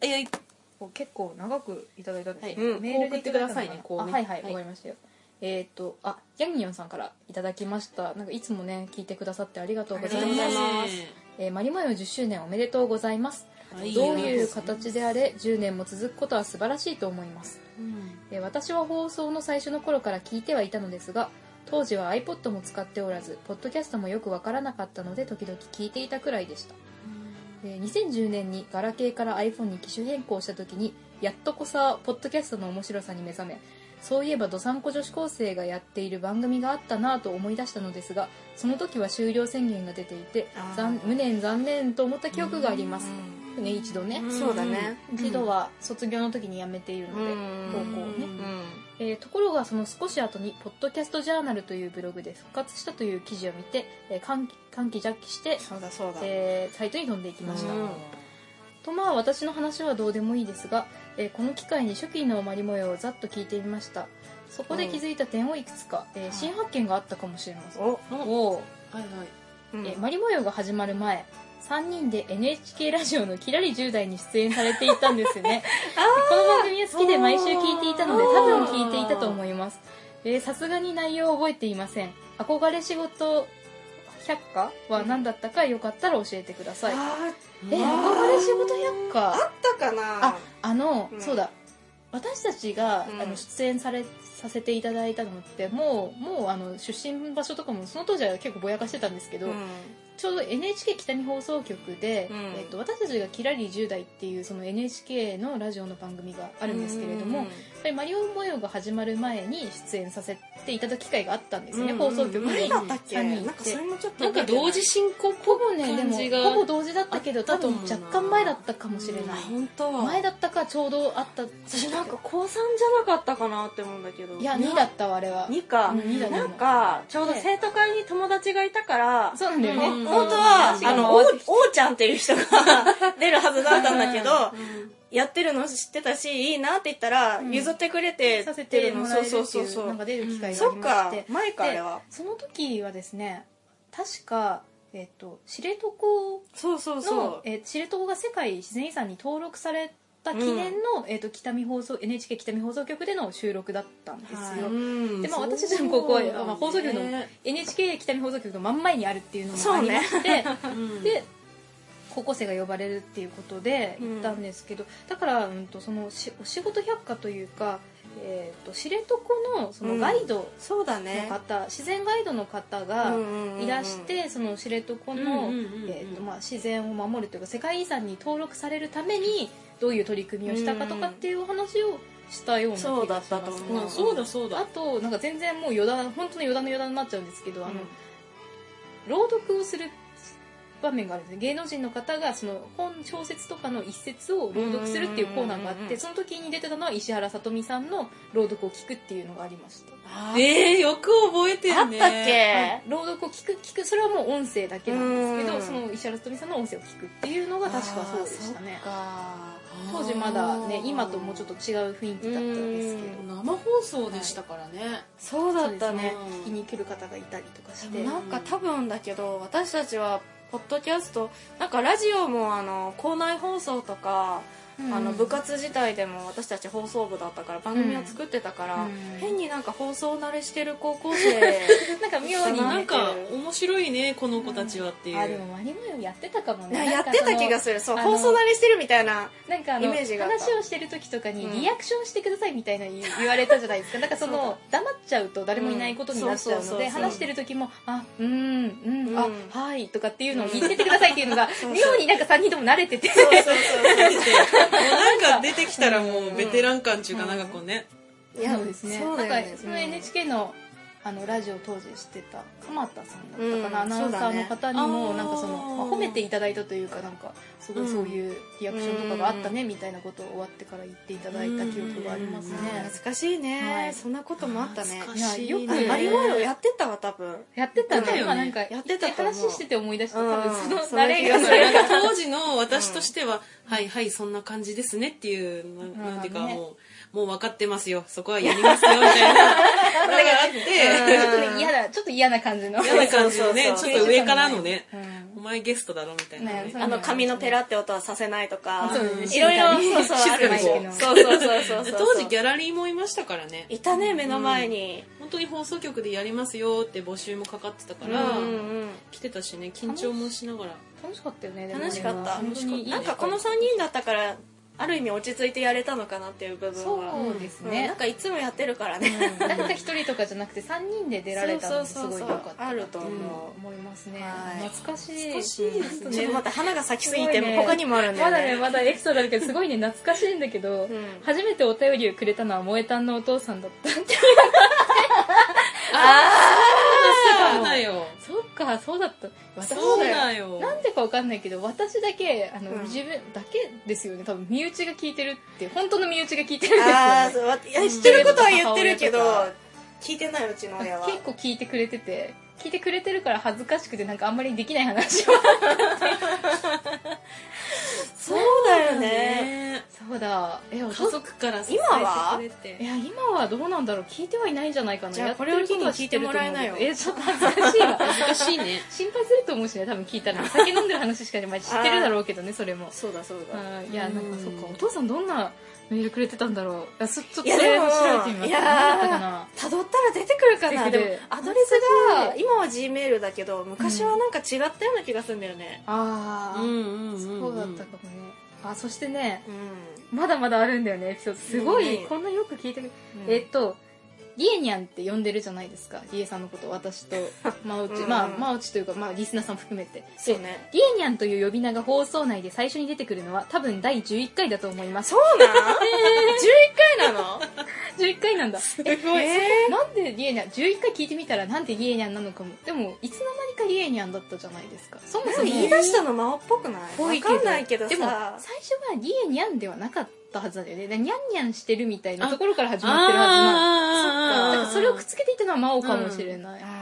Speaker 2: はいよいう
Speaker 3: お結構長くいただいたんですけど、
Speaker 1: はいうん
Speaker 3: メールでいただいたのかな
Speaker 2: 送ってくださいねこうね
Speaker 3: あはいはい
Speaker 2: は
Speaker 3: わ、
Speaker 2: い
Speaker 3: かりましたよえっ、とあヤンニョンさんからいただきましたなんかいつもね聞いてくださってありがとうござい
Speaker 1: ありがとう
Speaker 3: ま
Speaker 1: ご
Speaker 3: す
Speaker 1: ざいます
Speaker 3: えーマリマヨ10周年おめでとうございます
Speaker 2: はい
Speaker 3: どういう形であれ10年も続くことは素晴らしいと思います、
Speaker 2: うん
Speaker 3: えー私は放送の最初の頃から聞いてはいたのですが当時は iPod も使っておらずポッドキャストもよくわからなかったので時々聞いていたくらいでしたえー2010年にガラケーから iPhone に機種変更した時にやっとこさポッドキャストの面白さに目覚めそういえばどさんこ女子高生がやっている番組があったなぁと思い出したのですがその時は終了宣言が出ていて
Speaker 1: あー
Speaker 3: 残無念残念と思った記憶があります、ね一度ね、
Speaker 2: うん
Speaker 1: そうだね
Speaker 3: 一度は卒業の時に辞めているので、
Speaker 2: うん
Speaker 3: 高校をね、
Speaker 1: うん
Speaker 3: えーところがその少し後に「ポッドキャストジャーナル」というブログで復活したという記事を見て、えー歓喜歓喜ジャッキして、
Speaker 1: そうだそうだ
Speaker 3: えーサイトに飛んでいきました、
Speaker 1: うん
Speaker 3: とまあ私の話はどうでもいいですが、えーこの機会に初期のマリ模様をざっと聞いてみましたそこで気づいた点をいくつか、えー新発見があったかもしれません
Speaker 1: お
Speaker 3: おー
Speaker 2: はいはい
Speaker 1: うん
Speaker 3: えーマリ模様が始まる前3人で NHK ラジオの「キラリ10代」に出演されていたんですよ ねこの番組は好きで毎週聞いていたので
Speaker 1: おー
Speaker 3: 多分聞いていたと思いますえーさすがに内容を覚えていません憧れ仕事百科は何だったかよかったら教えてください、
Speaker 1: あ
Speaker 3: えー憧れ仕事百科
Speaker 1: あったかな
Speaker 3: ああの、
Speaker 1: うん
Speaker 3: そうだ私たちが、
Speaker 1: うん
Speaker 3: あの出演されさせていただいたのってもうもうあの出身場所とかもその当時は結構ぼやかしてたんですけど、
Speaker 1: う
Speaker 3: ちょうど NHK 北見放送局で、
Speaker 1: うん
Speaker 3: えっと、私たちが「キラリ10代」っていうその NHK のラジオの番組があるんですけれども、
Speaker 1: うん
Speaker 3: やっぱり「マリオ模様」が始まる前に出演させていただく機会があったんですよね、
Speaker 2: うん
Speaker 3: 放送局
Speaker 1: どれ
Speaker 3: に。
Speaker 1: だったっけ
Speaker 3: 三人いて
Speaker 1: なんかそれもちょっと
Speaker 2: なんか同時進行っぽ
Speaker 3: ほぼ
Speaker 2: く
Speaker 3: ねで
Speaker 2: 感
Speaker 3: も
Speaker 2: じが
Speaker 3: ほぼ同時だったけど
Speaker 2: あった
Speaker 3: 多
Speaker 2: と
Speaker 3: 分
Speaker 2: 思うな
Speaker 3: 若干前だったかもしれない、
Speaker 2: 本当
Speaker 3: 前だったかちょうどあった
Speaker 1: 私なんか高3じゃなかったかなって思うんだけど
Speaker 3: いや2だったわあれは
Speaker 1: 2か
Speaker 3: うん二だと思
Speaker 1: な
Speaker 3: うん
Speaker 1: かちょうど生徒会に友達がいたから
Speaker 3: そうなんだよね、
Speaker 2: うん
Speaker 1: 本当は
Speaker 3: うん
Speaker 1: あのおうおうちゃんっていう人が出るはずだったんだけどやってるの知ってたしいいなって言ったら
Speaker 3: うん
Speaker 1: 譲ってくれて
Speaker 3: させてもらえるって
Speaker 1: そうそう
Speaker 3: い
Speaker 1: そう
Speaker 3: うなん
Speaker 1: そ
Speaker 3: か
Speaker 1: う
Speaker 3: 出る機会があ
Speaker 1: そ
Speaker 3: り
Speaker 1: っ
Speaker 3: まし
Speaker 1: か
Speaker 3: て、
Speaker 1: 前かあれは
Speaker 3: その時はですね確か、えっと知床
Speaker 1: そうそう
Speaker 3: の
Speaker 1: そう
Speaker 3: えー知床が世界自然遺産に登録された記念の、えっと北見放送 NHK 北見放送局での収録だったんですよ、
Speaker 1: は
Speaker 2: で
Speaker 3: でまあ私たちの高校はまあ放送局の NHK 北見放送局の真ん前にあるっていうのもありまして、で高校生が呼ばれるっていうことで行ったんですけど、だから、うん、とそのしお仕事百科というか、えー、と知床のそのガイド
Speaker 1: そうだ
Speaker 3: の
Speaker 1: ね
Speaker 3: 方、自然ガイドの方がい
Speaker 1: い
Speaker 3: らして、その知床の、えーとまあ、自然を守るというか世界遺産に登録されるためにどういう取り組みをしたかとかっていうお話をしたような気がし
Speaker 1: そうだ
Speaker 3: ま
Speaker 1: っ
Speaker 3: す
Speaker 1: たと思
Speaker 2: まあそうだそう
Speaker 3: あ
Speaker 2: だ
Speaker 3: となんか全然もう余談本当の余談の余談になっちゃうんですけど、あの朗読をする場面があるんですね芸能人の方がその本小説とかの一節を朗読するっていうコーナーがあ
Speaker 1: う
Speaker 3: っ
Speaker 1: んうんうんう
Speaker 3: て
Speaker 1: ん
Speaker 3: その時に出てたのは石原さとみさんの朗読を聞くっていうのがありました
Speaker 1: あ
Speaker 2: えーよく覚えてるね
Speaker 1: あったっけ
Speaker 3: 朗読を聞く聞くそれはもう音声だけなんですけ
Speaker 1: う
Speaker 3: ど
Speaker 1: ん
Speaker 3: その石原さとみさんの音声を聞くっていうのが確かそうでしたね
Speaker 1: あ
Speaker 3: 当時まだね今ともうちょっ
Speaker 2: っ
Speaker 3: と違う雰囲気だったんですけど
Speaker 1: と
Speaker 2: 生放送でしたからね
Speaker 1: そっかそうだったね
Speaker 2: うん
Speaker 3: 聞きに来る方がいたりとかし
Speaker 1: で
Speaker 3: て
Speaker 1: もなんか多分だけど私たちはポッドキャストなんかラジオもあの校内放送とか、あの部活自体でも私たち放送部だったから番組を作ってたから、
Speaker 3: うん
Speaker 1: 変になんか放送慣れしてる高校 生
Speaker 3: なんか妙に
Speaker 2: な
Speaker 3: ね
Speaker 2: んか面白いねこの子たちはっていう
Speaker 3: あでもマリモよやってたかもね
Speaker 1: な
Speaker 3: な
Speaker 1: や
Speaker 3: ん
Speaker 1: っ
Speaker 3: か
Speaker 1: て
Speaker 3: その
Speaker 1: た気がするそう
Speaker 3: あの
Speaker 1: 放送慣れしてるみたいな
Speaker 3: なんかあの
Speaker 1: イメージがあった
Speaker 3: 話をしてる時とかに
Speaker 1: うん
Speaker 3: リアクションしてくださいみたいな言う言われたじゃない ですか、なんかその黙っちゃうと誰もいないことになっちゃう
Speaker 1: うんそうそうそ
Speaker 3: ので
Speaker 1: うそう
Speaker 3: 話してる時も「あうーんうんあ
Speaker 1: うん
Speaker 3: はい」とかっていうのを言っててくださいっていうのが
Speaker 1: そう
Speaker 3: 妙になんか3人とも慣れてて
Speaker 1: そうそうそう
Speaker 2: だってもうなんか出てきたらもうベテラン感っていうかなんかこうね
Speaker 1: そういや
Speaker 3: そうですね
Speaker 1: そうだよ
Speaker 3: なん
Speaker 1: ね
Speaker 3: かその NHK のあのラジオ当時してた鎌田さんだったかな、
Speaker 1: うん
Speaker 3: アナウンサーの方に
Speaker 2: そうだ
Speaker 3: も
Speaker 2: ね
Speaker 3: なんかその、
Speaker 2: あー
Speaker 3: まあ褒めていただいたというかなんかすごいそういうリアクションとかがあったねみたいなことを終わってから言っていただいた記憶がありますね
Speaker 1: うん、あー懐かしいね、
Speaker 3: はい
Speaker 1: そんなこともあったね
Speaker 2: 懐
Speaker 3: いやよく
Speaker 2: かしいね
Speaker 1: マリオロやってたわ多分
Speaker 3: やってた
Speaker 2: やってたよね
Speaker 3: ね今なんか
Speaker 1: やってたと思う
Speaker 3: 話してて思い出した多
Speaker 1: うん
Speaker 3: 分そ
Speaker 1: そ
Speaker 3: の
Speaker 1: れ
Speaker 3: 慣れが
Speaker 1: そ
Speaker 2: それなんか当時の私としては、はいはいそんな感じですねっていうななんていうか
Speaker 3: まあね
Speaker 2: もうもう分かってますよそこはやりますよみたいなのがあっ
Speaker 3: ちょっと嫌だちょっと嫌な感じの
Speaker 2: て嫌な感じのね
Speaker 1: そう
Speaker 2: ち
Speaker 1: そうそう
Speaker 2: ょっと上からのね
Speaker 3: うん
Speaker 2: お前ゲストだろみたいなね
Speaker 3: ねそう
Speaker 1: あの髪のペラって音はさせないとか
Speaker 3: そうですね
Speaker 1: いろいろそ
Speaker 3: 静かに
Speaker 1: うそうあるでしょ
Speaker 3: 静かに
Speaker 1: そうそうそうそうそう
Speaker 2: 当時ギャラリーもいましたからね
Speaker 1: いたね目の前に、
Speaker 2: 本当に放送局でやりますよって募集もかかってたか
Speaker 1: うんう
Speaker 2: ら、
Speaker 1: ん
Speaker 2: 来てたしね緊張もしながら
Speaker 3: 楽しかったよねでも
Speaker 1: 楽しかった
Speaker 3: 本当にいい
Speaker 1: うん、
Speaker 3: ね
Speaker 1: なんかこの3人だったからある意味落ち着いてやれたのかなっていう部分は
Speaker 3: そうです
Speaker 1: うん
Speaker 3: ね
Speaker 1: なん、かいつもやってるからね、
Speaker 3: 誰か一人とかじゃなくて3人で出られたのがす
Speaker 1: そうそ
Speaker 3: ご
Speaker 1: う
Speaker 3: い
Speaker 1: そ
Speaker 3: 良
Speaker 1: う
Speaker 3: かった
Speaker 1: あると思う
Speaker 3: 思いますね
Speaker 1: はい
Speaker 3: 懐かしい
Speaker 1: 少しですねまた花が咲きすぎ
Speaker 3: すご
Speaker 1: て
Speaker 3: いね
Speaker 1: 他にもあるんだ
Speaker 3: ま
Speaker 1: よ
Speaker 3: だ
Speaker 1: ね
Speaker 3: ねまだエピソードあるけどすごいね懐かしいんだけど、
Speaker 1: ん
Speaker 3: 初めてお便りをくれたのは萌えたんのお父さんだったって
Speaker 2: そうだよ。
Speaker 3: そっかそうだった私
Speaker 2: そうだよ。
Speaker 3: なんでかわかんないけど私だけあの、
Speaker 1: うん
Speaker 3: 自分だけですよね多分身内が聞いてるって本当の身内が聞いてるんですよ、ね、
Speaker 1: あーそうわいや知ってることは言ってるけど
Speaker 3: 母親と
Speaker 1: 聞いてないうちの親は
Speaker 3: 結構聞いてくれてて聞いてくれてるから恥ずかしくてなんかあんまりできない話を
Speaker 1: そうだよね。
Speaker 3: そうだえ
Speaker 2: 家族から支えてくれ
Speaker 3: い
Speaker 2: て。
Speaker 3: や今はどうなんだろう聞いてはいないんじゃないかな
Speaker 1: じゃあ
Speaker 3: やってるとは知ってると思
Speaker 1: これを機に聞いても
Speaker 3: う
Speaker 1: らえないよ
Speaker 3: えちょっと恥ずかしいわ
Speaker 2: 難しいね。
Speaker 3: 心配すると思うしね多分聞いたら酒飲んでる話しかまあ知ってるだろうけどねそれも
Speaker 1: そうだそうだ。
Speaker 3: あーいやなん
Speaker 2: う
Speaker 3: か
Speaker 2: ん
Speaker 3: そっかお父さんどんなメールくれてたんだろういやそちょっと
Speaker 1: いや
Speaker 3: それ
Speaker 1: で
Speaker 3: 調
Speaker 1: も
Speaker 3: べてみます
Speaker 1: いやー
Speaker 3: 何だったかな
Speaker 1: 辿ったら出てくるかな。
Speaker 3: 出
Speaker 1: で
Speaker 3: てくる
Speaker 1: もアドレスが今は G メールだけど昔はなんか違ったような気がするんだよね。
Speaker 3: あ
Speaker 2: うんうんうん。
Speaker 3: そうだったかもねあそしてね
Speaker 1: うん。
Speaker 3: まだまだあるんだよねエピソードすごい、
Speaker 1: うん
Speaker 3: こんなよく聞いてくる、
Speaker 1: うん
Speaker 3: えっとリエニャンって呼んでるじゃないですかリエさんのこと 私とマオチ、
Speaker 1: うん
Speaker 3: まあマオチというか、まあ、リスナーさん含めて
Speaker 1: そうね。
Speaker 3: リエニャンという呼び名が放送内で最初に出てくるのは多分第11回だと思います
Speaker 1: そうなん？十一回なの？
Speaker 3: 11回なんだ
Speaker 1: すごい。
Speaker 3: なんでリエニャン11回聞いてみたらなんでリエニャンなのかもでもいつの間にかリエニャンだったじゃないですかそもそも
Speaker 1: 言い出したの魔王っぽくない？
Speaker 3: ぽ
Speaker 1: わ
Speaker 3: いけ
Speaker 1: か
Speaker 3: ど
Speaker 1: んないけど
Speaker 3: でも最
Speaker 1: さ。
Speaker 3: 初はリエニャンではなかったはずなんだよねでニャンニャンしてるみたいなところから始まってるはずなの
Speaker 2: あ
Speaker 3: だ
Speaker 2: ー
Speaker 3: からそれをくっつけていったのは魔王かもしれない、
Speaker 1: あー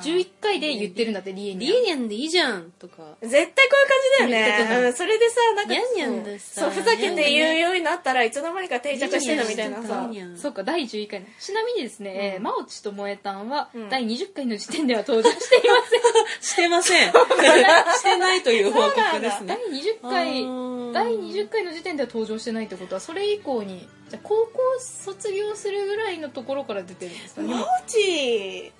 Speaker 3: 11回で言ってるんだってリエニ
Speaker 2: リ
Speaker 3: ャン
Speaker 2: エニャンでいいじゃんとか。
Speaker 1: 絶対こういう感じだよ
Speaker 3: 絶対こうい
Speaker 1: ね。
Speaker 3: う感じ
Speaker 1: うんそれでさなんか
Speaker 2: ニャンニャンだしさ
Speaker 1: そうふざけて言うようになったらいつの間にか定着してたみたいな
Speaker 2: ニャンニャンしてた
Speaker 1: さ
Speaker 2: ニ。ャン
Speaker 3: そうか第11回ねちなみにですね、えー、マオチと萌えたんは、
Speaker 1: うん
Speaker 3: 第20回の時点では登場していませ ん
Speaker 2: してません。してないという報告です
Speaker 3: 第
Speaker 2: ね。
Speaker 3: 20回
Speaker 2: あー
Speaker 3: 第20回の時点では登場してないってことはそれ以降にじゃあ高校卒業するぐらいのところから出てるんですかね
Speaker 1: マオチ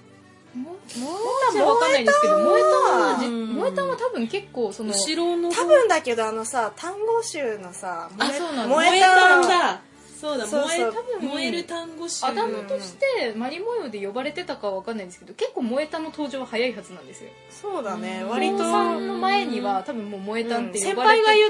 Speaker 3: もうわかんないですけど
Speaker 1: 萌
Speaker 3: 萌
Speaker 1: え
Speaker 3: え
Speaker 1: たん
Speaker 3: たん
Speaker 1: は
Speaker 3: はじ萌えたんは多分結構その
Speaker 2: 後ろの方
Speaker 1: 多分だけどあのさ単語集のさ
Speaker 3: あ
Speaker 1: 萌え
Speaker 3: そうなん
Speaker 1: 萌
Speaker 3: だ
Speaker 2: 燃
Speaker 1: え
Speaker 2: え
Speaker 1: た
Speaker 2: た
Speaker 1: んだ
Speaker 2: んだそうだ
Speaker 1: そうそう
Speaker 2: 燃え
Speaker 1: 多
Speaker 3: 分
Speaker 2: 燃える単語集
Speaker 3: アダムとしてマリモヨで呼ばれてたかはわかんないんですけど結構萌えたんの登場は早いはずなんですよ
Speaker 1: そうだね
Speaker 2: うん
Speaker 1: 割と
Speaker 3: 萌え
Speaker 1: う
Speaker 3: さんの前には多分もう萌えたんっ
Speaker 1: ん
Speaker 3: て
Speaker 1: 先
Speaker 3: 呼ば
Speaker 1: 輩
Speaker 3: れて
Speaker 1: が言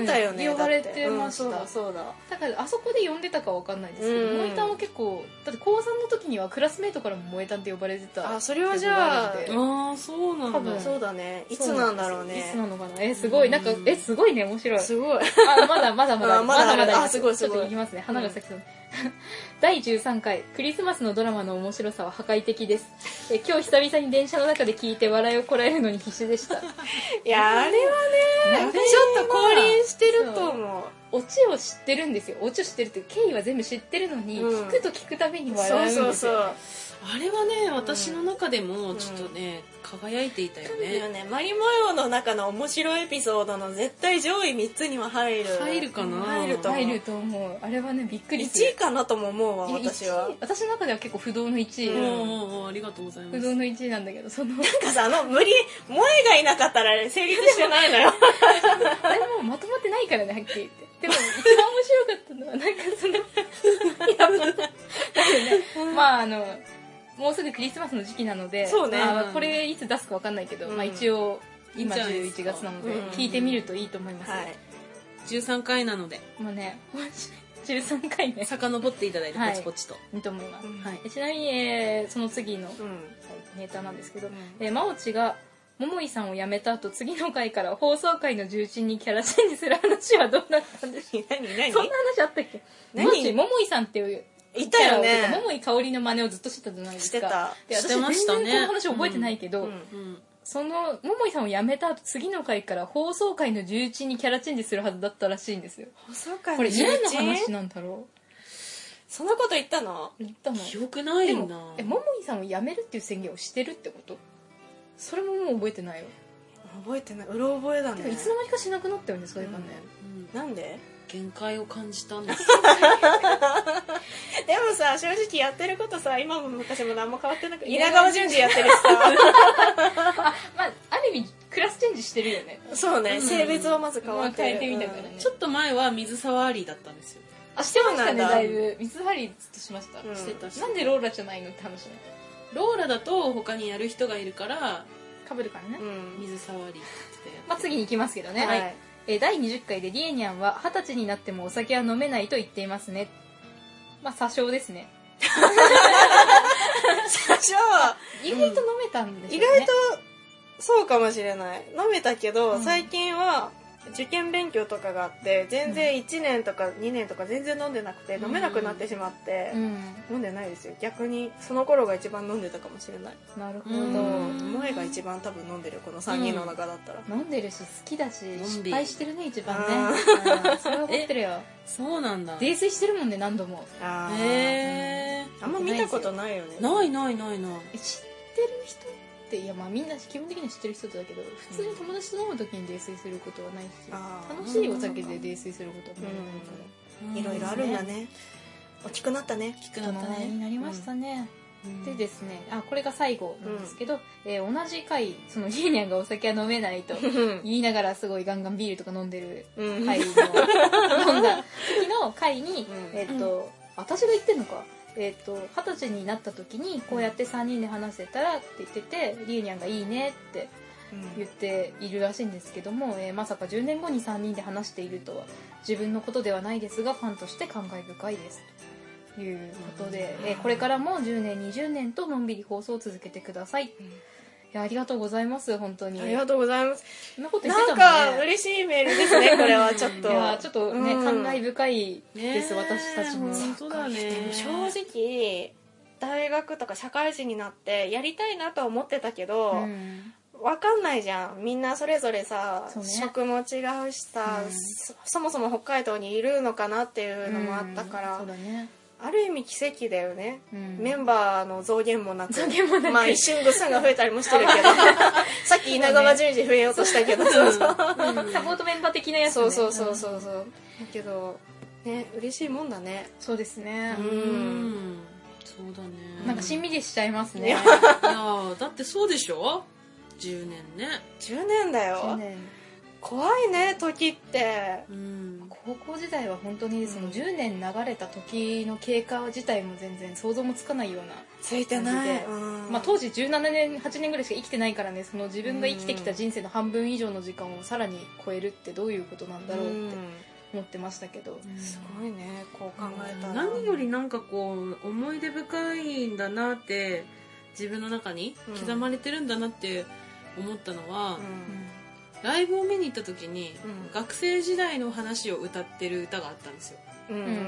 Speaker 1: ってたよね
Speaker 3: うん
Speaker 1: だって
Speaker 3: 呼ばれてました
Speaker 1: うんそうだそうだ
Speaker 3: だからあそこで呼んでたかはわかんないですけ
Speaker 1: う
Speaker 3: ど
Speaker 1: ん
Speaker 3: 萌えたんは結構だって高3の時にはクラスメートからも萌えたんって呼ばれてた
Speaker 1: あそれはじゃあ
Speaker 3: って言われて
Speaker 2: ああそうなんだ
Speaker 3: 多分
Speaker 1: そうだねいつなんだろう
Speaker 3: いつ
Speaker 1: ね
Speaker 3: なのかなえすごいなんかえすごいね面白い
Speaker 1: すごい
Speaker 3: あまだまだまだ
Speaker 1: あまだまだ
Speaker 3: まだ
Speaker 1: あすごいすごい
Speaker 3: ちょっといきますね花が咲きそう、 第13回クリスマスのドラマの面白さは破壊的ですえ今日久々に電車の中で聞いて笑いをこらえるのに必死でした
Speaker 1: い やあれはね
Speaker 3: 長い
Speaker 1: ち
Speaker 3: な
Speaker 1: ょっと降臨してると思う
Speaker 3: オチを知ってるんですよオチを知ってるっていう経緯は全部知ってるのに、
Speaker 1: うん
Speaker 3: 聞くと聞くたびに
Speaker 1: そ
Speaker 3: 笑
Speaker 1: う
Speaker 3: うんですよ
Speaker 1: そうそう
Speaker 2: あれはね私の中でもちょっとね輝いていたよ
Speaker 1: だよ
Speaker 2: ね
Speaker 1: ねマリモヨの中の面白いエピソードの絶対上位3つには入る
Speaker 2: 入るかな
Speaker 1: 入ると思う
Speaker 3: 入ると思うあれはねびっくりす
Speaker 1: 1
Speaker 3: る
Speaker 1: 位かなとも思うわ
Speaker 3: いや
Speaker 1: 私は
Speaker 3: 一位私の中では結構不動の1位、
Speaker 2: お
Speaker 1: う
Speaker 2: ー
Speaker 1: ん
Speaker 2: おーおーありがとうございま
Speaker 3: 不
Speaker 2: す
Speaker 3: 動の1位なんだけどそので
Speaker 1: なんかさあの無理萌えがいなかったら成立してないのよ
Speaker 3: もまとまってないからねはっきり言ってでも一番面白かったのはなんかその まああのもうすぐクリスマスの時期なので
Speaker 1: そうね
Speaker 3: まあこれいつ出すかわかんないけど、
Speaker 1: うん
Speaker 3: まあ、一応
Speaker 2: いいん
Speaker 3: 今
Speaker 2: じゃないです
Speaker 3: 11
Speaker 2: か
Speaker 3: 月なので
Speaker 1: うん
Speaker 3: 聞いてみるといいと思います、
Speaker 1: はい
Speaker 2: 13回なので
Speaker 3: もうね13回ね
Speaker 2: 遡っていただいてポ
Speaker 3: はい
Speaker 2: チポチと
Speaker 3: いいと思います、
Speaker 1: うん
Speaker 2: はい
Speaker 3: えちなみに、えーその次の
Speaker 1: うん
Speaker 3: ネタなんですけど、
Speaker 1: うん
Speaker 3: えー、真央地が桃井さんを辞めた後次の回から放送回の重鎮にキャラチェンジする話はどうなったんでしょ
Speaker 1: 何
Speaker 3: うそん
Speaker 1: 何
Speaker 3: な話あったっけ
Speaker 1: 何
Speaker 3: もし桃井さんっていう
Speaker 1: いたよ
Speaker 3: キャラをとか
Speaker 1: ね
Speaker 3: 桃井香りの真似をずっとしてたじゃないですか
Speaker 1: してた
Speaker 3: で私
Speaker 2: してましたね
Speaker 3: 全然この話覚えてないけど、
Speaker 1: うん
Speaker 2: うん
Speaker 3: その桃井さんを辞めた後次の回から放送回の重鎮にキャラチェンジするはずだったらしいんですよ
Speaker 1: 細川
Speaker 3: これ
Speaker 1: 重鎮
Speaker 3: 何の話なんだろ
Speaker 1: そんなこと言ったの
Speaker 3: う言ったの
Speaker 2: 記憶ない
Speaker 3: で
Speaker 2: な
Speaker 3: もえ桃井さんを辞めるっていう宣言をしてるってことそれももう覚えてないよ
Speaker 1: 覚えてないうろ覚えだ
Speaker 3: でも
Speaker 1: ね
Speaker 3: いつの間にかしなくなったよねそういえばね、
Speaker 2: うん
Speaker 1: なんで
Speaker 2: 限界を感じたんです
Speaker 1: でもさ正直やってることさ今も昔も何も変わってなく稲川淳二やってるしさ
Speaker 3: まあ、ある意味ククラスチェンジしてるよね
Speaker 1: そうね、
Speaker 2: うん
Speaker 1: 性別はまず変わってる、
Speaker 3: まあ変えてみたからね
Speaker 2: ちょっと前は水沢アリだったんですよ
Speaker 3: あしてました
Speaker 1: そうなん
Speaker 3: ね
Speaker 1: だ
Speaker 3: だいぶ水張りずっとしました、
Speaker 1: うん
Speaker 2: してたし
Speaker 3: なんでローラじゃないのって話ね
Speaker 2: ローラだと他にやる人がいるから
Speaker 3: かぶるからね、
Speaker 1: うんうん
Speaker 2: 水沢アリってやって
Speaker 3: まあ、次に行きますけどね、
Speaker 1: はい
Speaker 3: えー第20回でリエニャンは二十歳になってもお酒は飲めないと言っていますねまあ詐称ですね
Speaker 1: 最初は
Speaker 3: 意外と飲めたんでしょ
Speaker 1: 意
Speaker 3: う
Speaker 1: 外
Speaker 3: ね、
Speaker 1: とそうかもしれない飲めたけど、
Speaker 3: うん
Speaker 1: 最近は受験勉強とかがあって全然1年とか2年とか全然飲んでなくて、
Speaker 2: うん
Speaker 1: 飲めなくなってしまって、
Speaker 3: うん
Speaker 1: 飲んでないですよ逆にその頃が一番飲んでたかもしれない
Speaker 3: なるほ
Speaker 2: う
Speaker 3: ど
Speaker 2: ん
Speaker 1: 萌えが一番多分飲んでるこの3人の中だったら、
Speaker 3: 飲んでるし好きだし
Speaker 2: んでる
Speaker 3: 失敗してるね一番ね
Speaker 1: あ
Speaker 3: うんそれは思ってる よ
Speaker 2: そうなんだ
Speaker 3: 泥酔してるもんね何度も
Speaker 1: あー
Speaker 2: へえ
Speaker 1: あんま見たことないよね
Speaker 2: ないないないない
Speaker 3: え知ってる人っていやまあみんな基本的には知ってる人だけど普通に友達と飲む時に泥酔することはないし
Speaker 1: あー
Speaker 3: 楽しいお酒で泥酔することはもうない
Speaker 1: う
Speaker 3: か
Speaker 1: んいろいろあるんだね大きくなったね
Speaker 2: 大きく
Speaker 3: ら
Speaker 2: なった
Speaker 3: 大人に
Speaker 2: ね
Speaker 3: なりましたね、で
Speaker 2: で
Speaker 3: ですねあこれが最後なんですけど、えー同じ回そのリーニャンがお酒は飲めないと言いながらすごいガンガンビールとか飲んでる
Speaker 1: うん
Speaker 3: 回の飲んだ時の回に、
Speaker 1: うん
Speaker 3: えっ、と、私が言ってんのかえっ、と二十歳になった時にこうやって3人で話せたらって言ってて、リーニャンが「いいね」って言っているらしいんですけども、えーまさか10年後に3人で話しているとは自分のことではないですがファンとして感慨深いですということで、えーこれからも10年20年とのんびり放送を続けてください,、いやありがとうございます本当に
Speaker 1: ありがとうございます
Speaker 3: そんなこと言っ
Speaker 1: な
Speaker 3: て
Speaker 1: ん
Speaker 3: たもん
Speaker 1: か
Speaker 3: ね
Speaker 1: 嬉しいメールです ねこれはちょっ
Speaker 3: い
Speaker 1: と
Speaker 3: やちょっとね、
Speaker 1: うん
Speaker 3: 感慨深いです、私たちも
Speaker 2: 本当だね
Speaker 1: 正直大学とか社会人になってやりたいなとは思ってたけど、
Speaker 3: うん
Speaker 1: わかんないじゃんみんなそれぞれさ、
Speaker 3: そうね
Speaker 1: 職も違うしさ、
Speaker 3: うん
Speaker 1: そそもそも北海道にいるのかなっていうのもあったから、
Speaker 3: うんそうだね、
Speaker 1: ある意味奇跡だよね、
Speaker 3: うん
Speaker 1: メンバーの増減もなく
Speaker 3: 増減もなく
Speaker 1: まあ一瞬ぐさが増えたりもしてるけ どさっき稲川淳二増えようとしたけどそうそう
Speaker 3: サポートメンバー的なやつ、
Speaker 1: そう
Speaker 3: ね、
Speaker 1: そうそう
Speaker 3: うん
Speaker 1: そうそうだけどね嬉しいもんだね
Speaker 3: そうですね
Speaker 2: う、んそうだね
Speaker 3: なんかしんみりしちゃいます
Speaker 1: い
Speaker 3: ね
Speaker 1: や
Speaker 2: いやーだってそうでしょ10年ね
Speaker 1: 10年だよ
Speaker 3: 10年
Speaker 1: 怖いね時って
Speaker 2: うん
Speaker 3: 高校時代は本当にその
Speaker 1: うん
Speaker 3: 10年流れた時の経過自体も全然想像もつかないような、
Speaker 1: ついてない、
Speaker 3: う
Speaker 1: うん
Speaker 3: まあ、当時17年8年ぐらいしか生きてないからねその自分が生きてきた人生の半分以上の時間をさらに超えるってどういうことなんだろうって思ってましたけど、
Speaker 1: すごいねこう考えたら
Speaker 2: 何よりなんかこう思い出深いんだなって自分の中に
Speaker 1: うん
Speaker 2: 刻まれてるんだなって思ったのは、
Speaker 1: うん
Speaker 2: ライブを見に行った時に、
Speaker 1: うん
Speaker 2: 学生時代の話を歌ってる歌があったんですよ、
Speaker 1: うん
Speaker 3: うん
Speaker 2: うん、なんか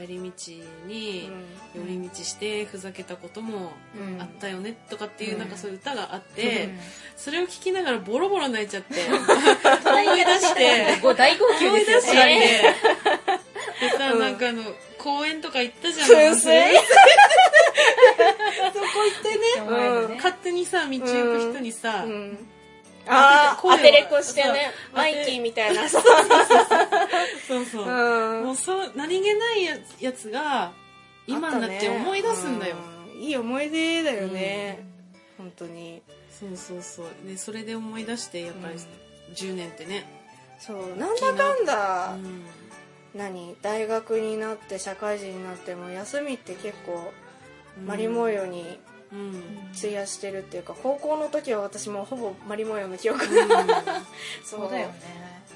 Speaker 2: 帰り道に
Speaker 1: う
Speaker 2: 寄り道してふざけたことも
Speaker 1: んうん
Speaker 2: あったよねとかっていう、
Speaker 1: うん
Speaker 2: なんかそういう歌があっ
Speaker 3: うん
Speaker 2: て、それを聞きながらボロボロ泣いち ゃって
Speaker 3: 思
Speaker 2: い出 して
Speaker 3: ご大号泣
Speaker 2: 思
Speaker 3: で
Speaker 2: い
Speaker 3: す
Speaker 2: 出
Speaker 3: よ
Speaker 2: したり
Speaker 3: ね
Speaker 2: ねでさ、なんかあの公園とか行ったじゃん
Speaker 1: 噴水
Speaker 2: そこ行ってね
Speaker 3: お前のね
Speaker 2: 勝手にさ道行く人にさ、
Speaker 1: うんああ
Speaker 2: 声を
Speaker 1: アテレコしてね
Speaker 2: そう
Speaker 1: マイキーみたいなさ
Speaker 2: そうそうう、
Speaker 1: ん
Speaker 2: もうそう何気ないややつが今になって思い出すんだよ、
Speaker 1: うんいい思い出だよね本当に
Speaker 2: そうそうそうでそれで思い出してやっぱり
Speaker 1: う
Speaker 2: 10年ってね、
Speaker 1: そうなんだかん
Speaker 2: う
Speaker 1: だ
Speaker 2: ん
Speaker 1: 何大学になって社会人になっても休みって結構マリモヨに
Speaker 2: うん、うん
Speaker 1: 費やしてるっていうか高校の時は私もほぼマリモヨの記憶
Speaker 3: そうだよね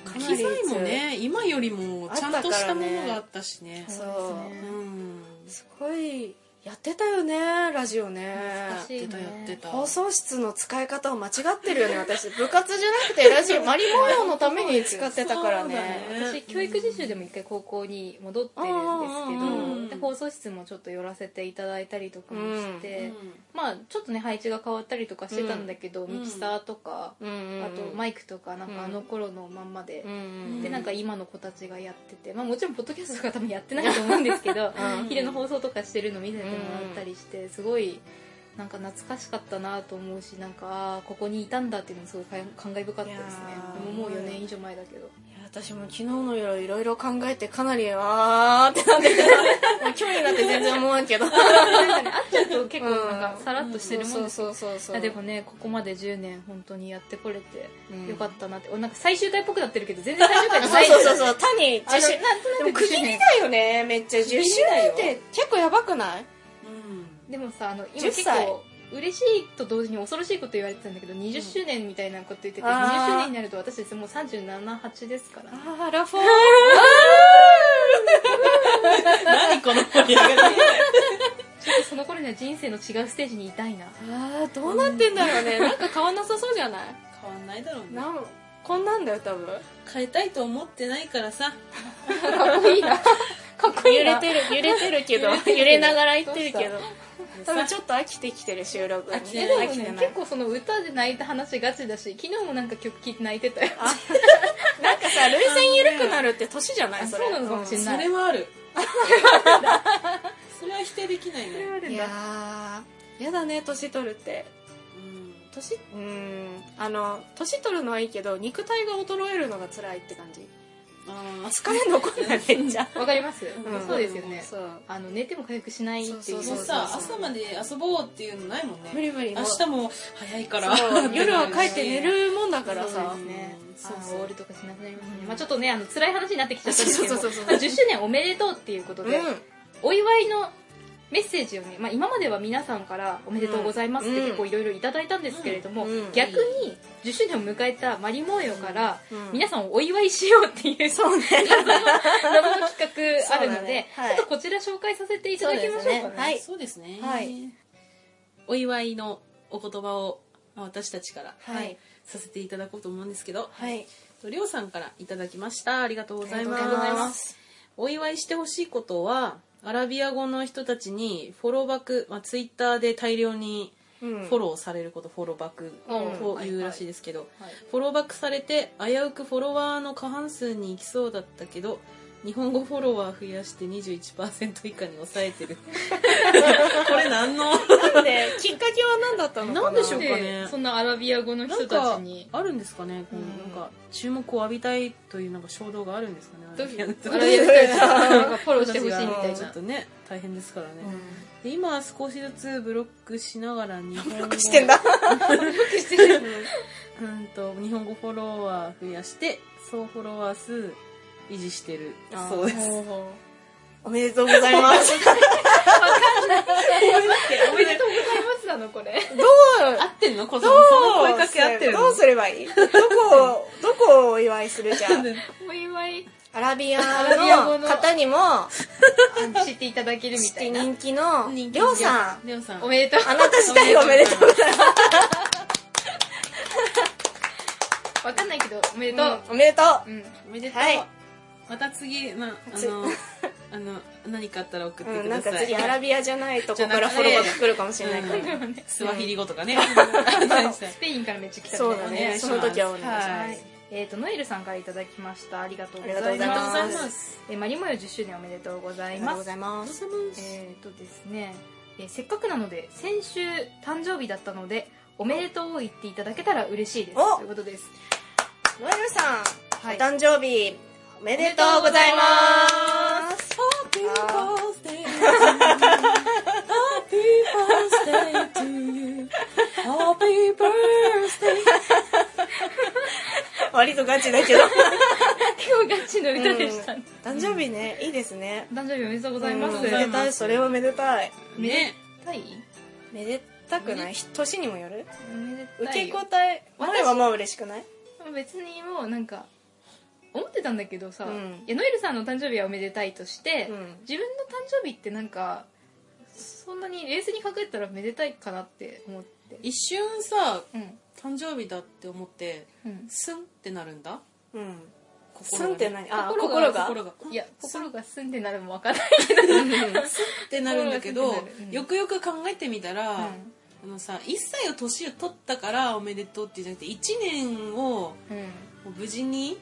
Speaker 1: かなり
Speaker 2: 機材もね今よりもちゃんとしたものがあったしね
Speaker 1: そう
Speaker 3: そうです
Speaker 2: う
Speaker 3: ね
Speaker 2: ん
Speaker 1: すごいやってたよねラジオね
Speaker 3: 懐かしい
Speaker 2: やってたやってた
Speaker 1: 放送室の使い方を間違ってるよね私部活じゃなくてラジオマリモヨのために使ってたからね
Speaker 2: そうだね
Speaker 3: 私教育実習でも一回高校に戻ってる
Speaker 1: うんうん
Speaker 3: ん
Speaker 2: うんうん
Speaker 3: ですけどで放送室もちょっと寄らせていただいたりとかもして、
Speaker 2: う
Speaker 3: まあちょっとね配置が変わったりとかしてたんだけど、
Speaker 2: うん
Speaker 3: ミキサーとか、
Speaker 1: うんうんうん
Speaker 3: あとマイクとかなんかあの頃のまんまで
Speaker 1: う、ん
Speaker 3: でなんか今の子たちがやってて、まあ、もちろんポッドキャストとか多分やってないと思うんですけど、
Speaker 1: うん
Speaker 3: 昼の放送とかしてるの見せてもらったりしてすごいなんか懐かしかったなと思うしなんかあーここにいたんだっていうのもすごい感感慨深かったですね
Speaker 1: いやー
Speaker 3: でももう4年以上前だけど
Speaker 1: いや私も昨日の夜いろいろ考えてかなりあーってなんだけどもう今日になって全然思わんけど
Speaker 3: なんかねあっちゃんと結構なんかさらっとしてるもんです
Speaker 1: そうそうそうそう
Speaker 3: あでもねここまで10年本当にやってこれて
Speaker 1: うん
Speaker 3: よかったなって、おなんか最終回っぽくなってるけど全然最終回じゃ
Speaker 1: そ
Speaker 3: な
Speaker 1: う
Speaker 3: い
Speaker 1: そうそう
Speaker 3: う
Speaker 1: そう単に
Speaker 3: あ
Speaker 1: 10周
Speaker 3: のなんと
Speaker 1: で
Speaker 3: な
Speaker 1: も
Speaker 3: く
Speaker 1: 区
Speaker 3: 10
Speaker 1: 切り
Speaker 3: 年
Speaker 1: だよねめっちゃ10周年って結構やばくない
Speaker 2: うん
Speaker 3: でもさあの今
Speaker 1: 10
Speaker 3: 結
Speaker 1: 歳
Speaker 3: 構嬉しいと同時に恐ろしいこと言われてたんだけど20周年みたいなこと言ってて、
Speaker 1: あー
Speaker 3: 20周年になると私たちもう378です からね
Speaker 1: あーラフォー
Speaker 2: 何この盛り上がり
Speaker 3: ちょっとその頃には人生の違うステージにいたいな
Speaker 1: あーどうなってんだろうねなんか変わんなさそうじゃない
Speaker 2: 変わんないだろうね
Speaker 1: なんこんなんだよ多分
Speaker 2: 変えたいと思ってないからさ
Speaker 3: かっこいいなかっこいい
Speaker 1: 揺
Speaker 3: な
Speaker 1: れてる揺れてるけど
Speaker 3: 揺れてる
Speaker 1: 揺れながら言ってるけど多分
Speaker 2: さ
Speaker 1: ちょっと飽きてきてる収録に
Speaker 2: 飽き
Speaker 3: え
Speaker 2: て
Speaker 3: で
Speaker 2: な
Speaker 3: も
Speaker 2: い
Speaker 1: 飽きて
Speaker 3: ね
Speaker 1: ない
Speaker 3: 結構その歌で泣いた話ガチだし昨日もなんか曲聴いて泣いてたよ
Speaker 1: なんかさ涙腺緩くなるって年じゃない
Speaker 3: あ
Speaker 1: それ
Speaker 3: そうなのかもしれない
Speaker 2: それはあるそれは否定できないね、
Speaker 1: いやーやだね年取るって
Speaker 2: うん、
Speaker 1: 年うーんあの年取るのはいいけど肉体が衰えるのが辛いって感じ
Speaker 2: あ
Speaker 1: 疲れ残るねめっちゃ
Speaker 3: わかります、
Speaker 2: うん
Speaker 3: そうですよね
Speaker 1: そう
Speaker 3: あの寝ても回復しないっていう
Speaker 2: あ
Speaker 1: そ
Speaker 2: もう
Speaker 1: う
Speaker 2: さ
Speaker 1: そうそう
Speaker 2: 朝まで遊ぼうっていうのないもん
Speaker 1: 無
Speaker 2: ね
Speaker 1: 理無理
Speaker 2: 明
Speaker 1: もう
Speaker 2: 日も早いから
Speaker 1: そう 夜は帰って寝るもんだから
Speaker 3: そう
Speaker 1: さ
Speaker 3: ですね
Speaker 2: そうそう
Speaker 3: あーオールとかしなくなりますね、
Speaker 1: うん
Speaker 3: まあ、ちょっとねあの辛い話になってきちゃったんですけど
Speaker 1: そうそうそうそう
Speaker 3: まあ10周年おめでとうっていうこと
Speaker 1: う
Speaker 3: で、
Speaker 1: ん
Speaker 3: お祝いのメッセージをね、まあ、今までは皆さんから「おめでとうございます」って結構いろいろいただいたんですけれども、
Speaker 1: うんうん
Speaker 3: 逆に10周年を迎えたマリモーヨから、
Speaker 1: うん
Speaker 3: 皆さんをお祝いしようっていう
Speaker 1: そうね
Speaker 3: 謎の企画あるの
Speaker 1: そうだ
Speaker 3: で、
Speaker 1: ねはい
Speaker 3: ちょっとこちら紹介させていただきましょうか
Speaker 1: そうです
Speaker 3: ね
Speaker 1: ねはい
Speaker 2: そ
Speaker 1: はい
Speaker 2: うですね、お祝いのお言葉をまあ私たちから、
Speaker 1: はい
Speaker 2: させていただこうと思うんですけど、
Speaker 1: はい
Speaker 2: りょうさんからいただきましたありがとうござい
Speaker 3: あ
Speaker 2: ま
Speaker 3: りがとうございます
Speaker 2: すお祝いしてほしいことはアラビア語の人たちにフォローバック、まあ、ツイッターで大量に
Speaker 1: フ
Speaker 2: フォローされること、フォローバックというらしいですけど、
Speaker 3: はい
Speaker 2: フォローバックされて危うくフォロワーの過半数に行きそうだったけど日本語フォロワー増やして21%以下に抑えて るこれ何の
Speaker 1: ーなんできっかけは何だったのかな
Speaker 2: なんでしょうか
Speaker 3: で
Speaker 2: ね
Speaker 3: そんなアラビア語の
Speaker 2: な
Speaker 3: 人
Speaker 2: ん
Speaker 3: た
Speaker 2: か
Speaker 3: ちに
Speaker 2: あるんですかねこう
Speaker 1: うん
Speaker 2: なんか注目を浴びたいというなんか衝動があるんですかね
Speaker 3: どういう
Speaker 2: 人
Speaker 3: アラビア語の人たちになんかフォローし
Speaker 2: た
Speaker 3: てほ
Speaker 2: ち
Speaker 3: しいみた
Speaker 2: が
Speaker 3: い
Speaker 2: ちょっ
Speaker 3: な
Speaker 2: とね大変ですからね、
Speaker 1: う
Speaker 2: で今は少しずつブロックしながら日本語
Speaker 1: んしてんだ
Speaker 2: うんと日本語フォロワー増やして総フォロワー数維持してるそうです
Speaker 1: おめでとうございます
Speaker 3: おめでとうございますなのこれ
Speaker 1: どう
Speaker 2: 合ってんのこの
Speaker 1: ど
Speaker 2: そうの声かけ合ってるの
Speaker 1: どうすればいいどこをどこをお祝いするじゃん
Speaker 3: お祝い
Speaker 1: アラビア
Speaker 3: ラビア語
Speaker 1: の
Speaker 3: の
Speaker 1: 方にも
Speaker 3: 知っていただけるみ
Speaker 1: 知ったて
Speaker 3: いな
Speaker 1: 人気の
Speaker 2: 人気
Speaker 1: りょうさん
Speaker 2: りょうさん
Speaker 3: おめでとう
Speaker 1: あなた次第おめでとうござい
Speaker 3: わかんないけどおめでと
Speaker 1: ま
Speaker 3: う
Speaker 1: すおめでとう
Speaker 3: うん
Speaker 2: おめでとう、
Speaker 1: はい
Speaker 2: また次まああ
Speaker 1: 次
Speaker 2: のあの何かあったら送って
Speaker 1: う
Speaker 2: く
Speaker 1: ん、な
Speaker 2: だ
Speaker 1: んか
Speaker 2: さい、
Speaker 1: 次アラビアじゃないとこからフォローバック来るかもしれないから、
Speaker 2: うん
Speaker 3: ね
Speaker 2: スワヒリ語とかね、
Speaker 3: スペインからめっちゃ来た
Speaker 1: そうだ
Speaker 2: お願いしま
Speaker 1: ね
Speaker 2: す
Speaker 1: その時はお願いします、
Speaker 2: は
Speaker 3: はいいえっとノエルさんからいただきましたありがとうご
Speaker 1: あ
Speaker 3: ざ
Speaker 1: り
Speaker 3: い
Speaker 1: がとうござい
Speaker 3: ま
Speaker 1: ます
Speaker 3: すえーマリモよ10周年おめでとうござ
Speaker 1: あ
Speaker 3: い
Speaker 1: りがと
Speaker 3: ま
Speaker 1: うご
Speaker 3: す
Speaker 1: ざいます
Speaker 3: えっとですねえーせっかくなので先週誕生日だったのでおめでとうを言っていただけたら嬉しいです
Speaker 1: お
Speaker 3: ということです
Speaker 1: ノエルさん、
Speaker 3: はい
Speaker 1: お誕生日おめでとうございますあ割とガチだけど
Speaker 3: 結構ガチの歌でしたね
Speaker 1: 誕生日ねいいですね
Speaker 3: 誕生日おめでとうございます
Speaker 1: うんめでたいそれはめでたい
Speaker 2: ね
Speaker 3: たい
Speaker 1: めでたくない年にもよる
Speaker 3: おめで
Speaker 1: 受
Speaker 3: たい
Speaker 1: け
Speaker 3: よ
Speaker 1: 答え我はまあ嬉しくない
Speaker 3: 別にもうなんか思ってたんだけどさ、
Speaker 1: うん
Speaker 3: いやノエルさんの誕生日はおめでたいとして、
Speaker 1: うん
Speaker 3: 自分の誕生日ってなんかそんなにレースにかけたらめでたいかなって思って
Speaker 2: 一瞬さ
Speaker 3: うん
Speaker 2: 誕生日だって思って
Speaker 3: うん
Speaker 2: スンってなるんだ
Speaker 1: うん
Speaker 2: 心
Speaker 1: す
Speaker 2: がね
Speaker 1: んって何あ
Speaker 2: 心
Speaker 1: 心
Speaker 2: が
Speaker 1: が
Speaker 2: 心が
Speaker 3: いや心が澄んでなるもわからない、
Speaker 2: ってなるんだけど
Speaker 3: 心が澄んでなるうん
Speaker 2: よくよく考えてみたら、
Speaker 3: うん
Speaker 2: あのさ1歳を年を取ったからおめでとうってじゃなくて1年を
Speaker 3: うん
Speaker 2: 無事に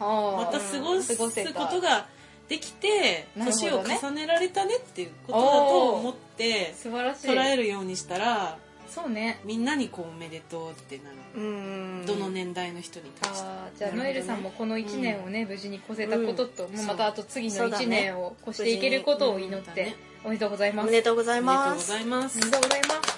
Speaker 3: はあ
Speaker 2: また過ごす
Speaker 3: 過ごせ
Speaker 2: こ
Speaker 3: た
Speaker 2: とができて
Speaker 3: なるほ
Speaker 2: 年
Speaker 3: ど
Speaker 2: を
Speaker 3: ね
Speaker 2: 重ねられたねっていうことだと思って
Speaker 3: 素晴らしい
Speaker 2: 捉えるようにしたら
Speaker 3: そうね
Speaker 2: みんなにこうおめでとうってなる、
Speaker 1: うん
Speaker 2: どの年代の人に対して
Speaker 3: あーじゃあ
Speaker 2: なるほど
Speaker 3: ノ
Speaker 2: ね
Speaker 3: エルさんもこの1年をね、無事に越せたことと、
Speaker 2: うん
Speaker 3: もうまたあと次
Speaker 1: そ
Speaker 3: の
Speaker 1: うだね
Speaker 3: 1年を越していけることを祈っ
Speaker 2: 無事に
Speaker 3: て
Speaker 2: うん
Speaker 3: おめでとうござい
Speaker 1: お
Speaker 3: ます
Speaker 1: めでとうござ
Speaker 2: あ
Speaker 1: い
Speaker 2: りがとう
Speaker 1: ま
Speaker 2: ご
Speaker 1: す
Speaker 2: ざいま
Speaker 3: お
Speaker 2: す
Speaker 3: めでとうございます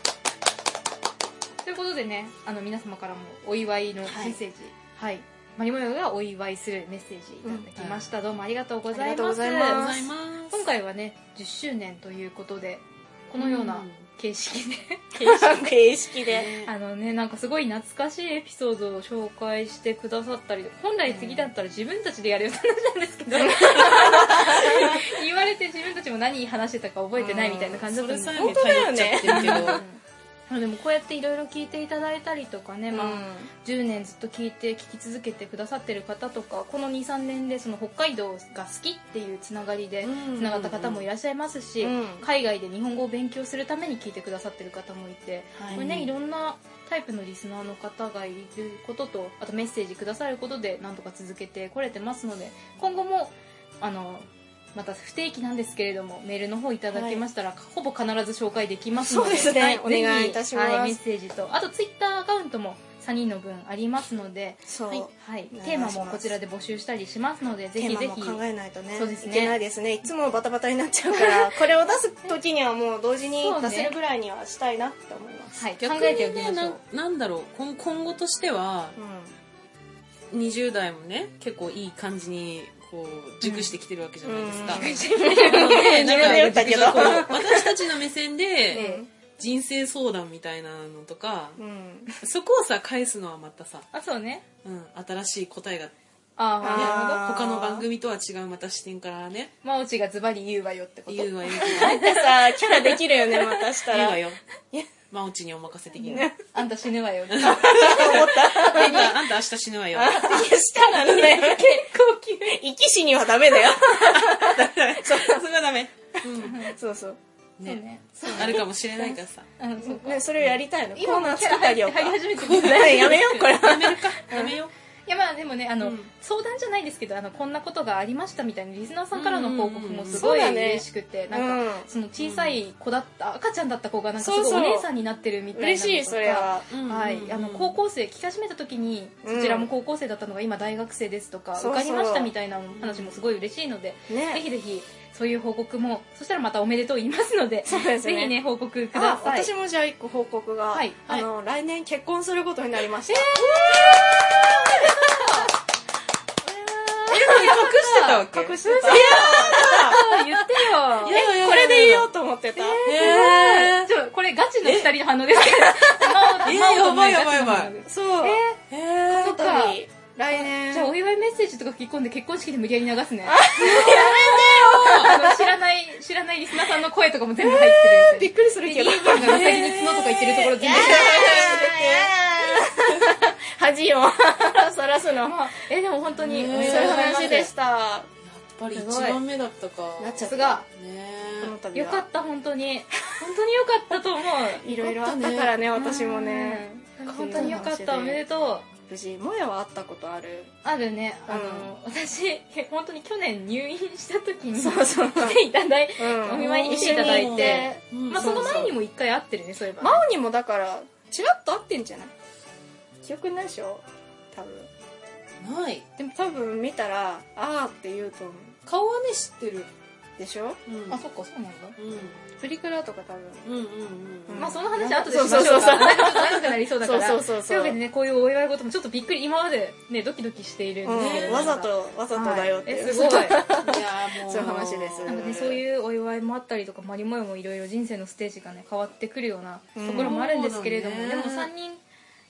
Speaker 3: ということでねあの皆様からもお祝いのメッセージはい、マリモヨがお祝いするメッセージいただきました、どうもありがとうござ
Speaker 1: あり
Speaker 3: います
Speaker 1: がとうござい
Speaker 2: ありがとう
Speaker 1: ます
Speaker 2: ございます
Speaker 3: 今回はね10周年ということでこのような形式で、
Speaker 1: 形式で
Speaker 2: ね
Speaker 3: あのねなんかすごい懐かしいエピソードを紹介してくださったり本来次だったら自分たちでやるような話なんですけ ど言われて自分たちも何話してたか覚えてないみたいな感じだったんです
Speaker 2: それ
Speaker 3: け
Speaker 2: さえ
Speaker 3: ど
Speaker 2: も頼っちゃってるけど、
Speaker 3: うんでもこうやっていろいろ聞いていただいたりとかね、まあ、10年ずっと聞いて聞き続けてくださってる方とかこの23年でその北海道が好きっていうつながりで
Speaker 2: うん
Speaker 3: つながった方もいらっしゃいますし、
Speaker 1: うん
Speaker 3: 海外で日本語を勉強するために聞いてくださってる方もいて、
Speaker 1: はい
Speaker 3: これねいろんなタイプのリスナーの方がいることとあとメッセージくださることでなんとか続けてこれてますので今後もあのまた不定期なんですけれどもメールの方いただけましたら、ほぼ必ず紹介できますので
Speaker 1: そうですね
Speaker 3: はい
Speaker 1: お願いいたします
Speaker 3: ぜひはいメッセージとあとツイッターアカウントも3人の分ありますので、
Speaker 1: そう、
Speaker 3: はいはい、
Speaker 1: お願いします
Speaker 3: テーマもこちらで募集したりしますので
Speaker 1: テ
Speaker 3: ぜひ
Speaker 1: ー
Speaker 3: ぜ
Speaker 1: マ
Speaker 3: ひ
Speaker 1: も考えないとね
Speaker 3: そうですね
Speaker 1: いけないですねいつもバタバタになっちゃう からこれを出す時にはもう同時に
Speaker 3: そうね
Speaker 1: 出せるぐらいにはしたいなって思います、
Speaker 3: はい、考
Speaker 2: 逆に
Speaker 3: えておき
Speaker 2: ね
Speaker 3: ましょ
Speaker 2: な
Speaker 3: う。
Speaker 2: なんだろう今今後としては
Speaker 1: う
Speaker 2: 20代もね結構いい感じにこう熟してきてるわけじ ゃないですか、
Speaker 1: うん
Speaker 2: なので
Speaker 1: 自分で言ったけど
Speaker 2: なんかこう私たちの目線で
Speaker 1: ね
Speaker 2: 人生相談みたいなのとか、
Speaker 1: ん、うん、
Speaker 2: そこをさ返すのはまたさ、
Speaker 3: あ、そうね。
Speaker 2: うん、新しい答えが、ね、
Speaker 3: あ
Speaker 1: ー
Speaker 3: あ、なるほど。
Speaker 1: ー
Speaker 2: 他の番組とは違うまた視点からね
Speaker 3: マオチがズバリ言うわよってこと。
Speaker 2: 言うわよ言うわよ
Speaker 1: でさキャラできるよねまたした
Speaker 2: 言う
Speaker 1: ら
Speaker 2: わ
Speaker 1: 思
Speaker 2: よまおちにお任せ的な
Speaker 3: あんた死ぬわ よ。結
Speaker 1: った
Speaker 2: あんたあんた明日死ぬわ よ
Speaker 1: いやしたらね
Speaker 3: 構急に。
Speaker 1: 生き死にはダメだよ
Speaker 2: それはダメ、うん
Speaker 1: そうそう
Speaker 3: そう
Speaker 2: ね
Speaker 3: ね。そう
Speaker 2: あるかもしれないからさ
Speaker 3: うん、そうか。
Speaker 1: ね、それをやりたいの。コ
Speaker 3: 今
Speaker 1: ーナー作ってあげようか。
Speaker 3: 入り始めてる
Speaker 1: ねやめよう、これ。
Speaker 2: やめるかやめよう
Speaker 3: いや、まあでもね、あの、
Speaker 2: うん
Speaker 3: 相談じゃないですけど、あの、こんなことがありましたみたいなリスナーさんからの報告もすご
Speaker 1: うん
Speaker 3: い
Speaker 1: うんうんそうだね
Speaker 3: 嬉しくて、なんか、
Speaker 1: うん
Speaker 3: その小さい子だった、赤ちゃんだった子がなんかすごい
Speaker 1: そうそう
Speaker 3: お姉さんになってるみたいなのと
Speaker 1: 嬉
Speaker 3: か。
Speaker 1: しい、それは。
Speaker 2: うん
Speaker 3: はい、あの高校生聞き始めた時に
Speaker 1: うん
Speaker 3: そちらも高校生だったのが今大学生ですとか
Speaker 1: そうそう
Speaker 3: 受かりましたみたいな話もすごい嬉しいので、
Speaker 1: ね
Speaker 3: ぜひぜひそういう報告もそしたらまたおめでとう言いますので
Speaker 1: そうですね
Speaker 3: ぜひね報告くだ
Speaker 1: あ、
Speaker 3: さい
Speaker 1: 私もじゃあ一個報告が、
Speaker 3: はい
Speaker 1: あの、来年結婚することになりました。
Speaker 2: 隠してたわけ
Speaker 1: 隠してた。いや
Speaker 3: あ言ってよ
Speaker 1: ーこれで言おうと思ってた。
Speaker 2: え
Speaker 3: ちょこれガチの二人の反応ですけど
Speaker 2: えーやばいやばいやばい
Speaker 1: そう。
Speaker 3: え
Speaker 2: ー、え
Speaker 1: この度、来年。
Speaker 3: ー、じゃあお祝いメッセージとか吹き込んで結婚式で無理やり流す ねやめてよ知らない知らないリスナーさんの声とかも全部入ってるやつ
Speaker 1: びっくりする
Speaker 3: リ
Speaker 1: けど。
Speaker 3: ーブンがウサギで角とか言ってるところ全部
Speaker 1: 恥をさらすの。
Speaker 3: えでも本当に
Speaker 2: ね
Speaker 1: そう
Speaker 2: え
Speaker 1: いう話でした。
Speaker 2: やっぱり一番目だったか
Speaker 1: なっちゃ
Speaker 3: さ
Speaker 1: っ
Speaker 3: す
Speaker 1: た。
Speaker 3: が
Speaker 2: ね
Speaker 1: この度は。
Speaker 3: よかった本当に本当によかったと思う
Speaker 1: いろいろあったからね、私もね。
Speaker 3: うん本当によかったおめでとう
Speaker 1: 無事、もやはあったことある。
Speaker 3: あるねあの、
Speaker 1: う
Speaker 3: 私本当に去年入院した時に
Speaker 1: そうそう。
Speaker 3: 来ていただいて、
Speaker 1: う
Speaker 3: お
Speaker 1: ん
Speaker 3: 見舞いに来ていただいて、
Speaker 2: え、うん
Speaker 3: まあ、その前に
Speaker 2: も
Speaker 3: も一回会ってるねそういえば、
Speaker 1: 真央にもだからチラッと会ってんじゃない記憶ないでしょ多分
Speaker 2: ない
Speaker 1: でも多分見たらああって言うと思う
Speaker 2: 顔はね知ってる
Speaker 1: でしょ
Speaker 2: うん
Speaker 3: あそっかそうなんだ
Speaker 2: う
Speaker 1: プリクラとか多分
Speaker 2: んうんうんん
Speaker 3: まあその話は後でしましょ
Speaker 1: そうそう
Speaker 3: うか
Speaker 1: そうそう
Speaker 3: なんか長くなりそうだから
Speaker 1: そうそうそうそう
Speaker 3: というわけでねこういうお祝い事もちょっとびっくり今までねドキドキしているんですけど、
Speaker 1: うんわざとわざとだよって
Speaker 3: はいえ
Speaker 1: う
Speaker 3: すごい
Speaker 2: いやーもう
Speaker 1: そういう話です
Speaker 3: なんかね、そういうお祝いもあったりとか、マリモヨもいろいろ人生のステージがね、変わってくるようなところもあるんですけれども、
Speaker 2: うん
Speaker 3: でも3人、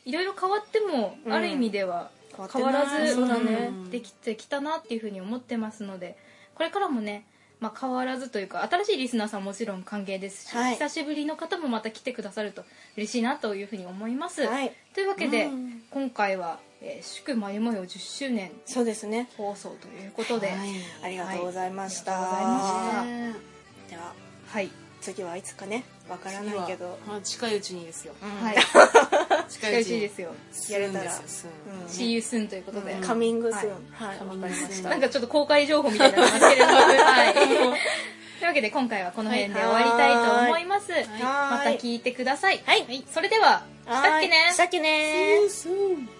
Speaker 3: いろいろ変わっても、
Speaker 1: うん
Speaker 3: ある意味では
Speaker 1: 変わって
Speaker 3: 変
Speaker 1: な
Speaker 3: わ
Speaker 1: い
Speaker 3: らず、
Speaker 1: そうだ
Speaker 2: ね
Speaker 3: うんできてきたなっていうふうに思ってますので、これからもね、まあ、変わらずというか、新しいリスナーさんももちろん歓迎ですし、
Speaker 1: はい
Speaker 3: 久しぶりの方もまた来てくださると嬉しいなというふうに思います。
Speaker 1: はい
Speaker 3: というわけで、
Speaker 2: うん
Speaker 3: 今回は、えー祝マリモヨ10周年
Speaker 1: そうですね
Speaker 3: 放送ということで、
Speaker 2: はい
Speaker 1: ありがとうございました、
Speaker 3: はいありがとうございました
Speaker 2: ね
Speaker 1: では
Speaker 3: はい。
Speaker 1: 次はいつかねわからないけど
Speaker 2: まあ、近いうちにですよ、
Speaker 3: はい
Speaker 2: 近
Speaker 3: 近
Speaker 2: いう
Speaker 3: い
Speaker 2: ちに
Speaker 3: ですよ
Speaker 2: するん
Speaker 1: やれ
Speaker 2: で
Speaker 1: たら
Speaker 2: すよするん
Speaker 1: うん
Speaker 3: See you soon ということで、
Speaker 1: カミングスーン
Speaker 2: は
Speaker 1: はいいわかりまし
Speaker 2: カミ
Speaker 1: た
Speaker 3: なんかちょっと公開情報みたいになってますけれども、はい、 というわけで今回はこの辺で終わりたいと思います、
Speaker 2: い
Speaker 3: また聞いてください、
Speaker 1: はい
Speaker 3: それではしたっけね
Speaker 1: はいしたっけね
Speaker 2: See you soon.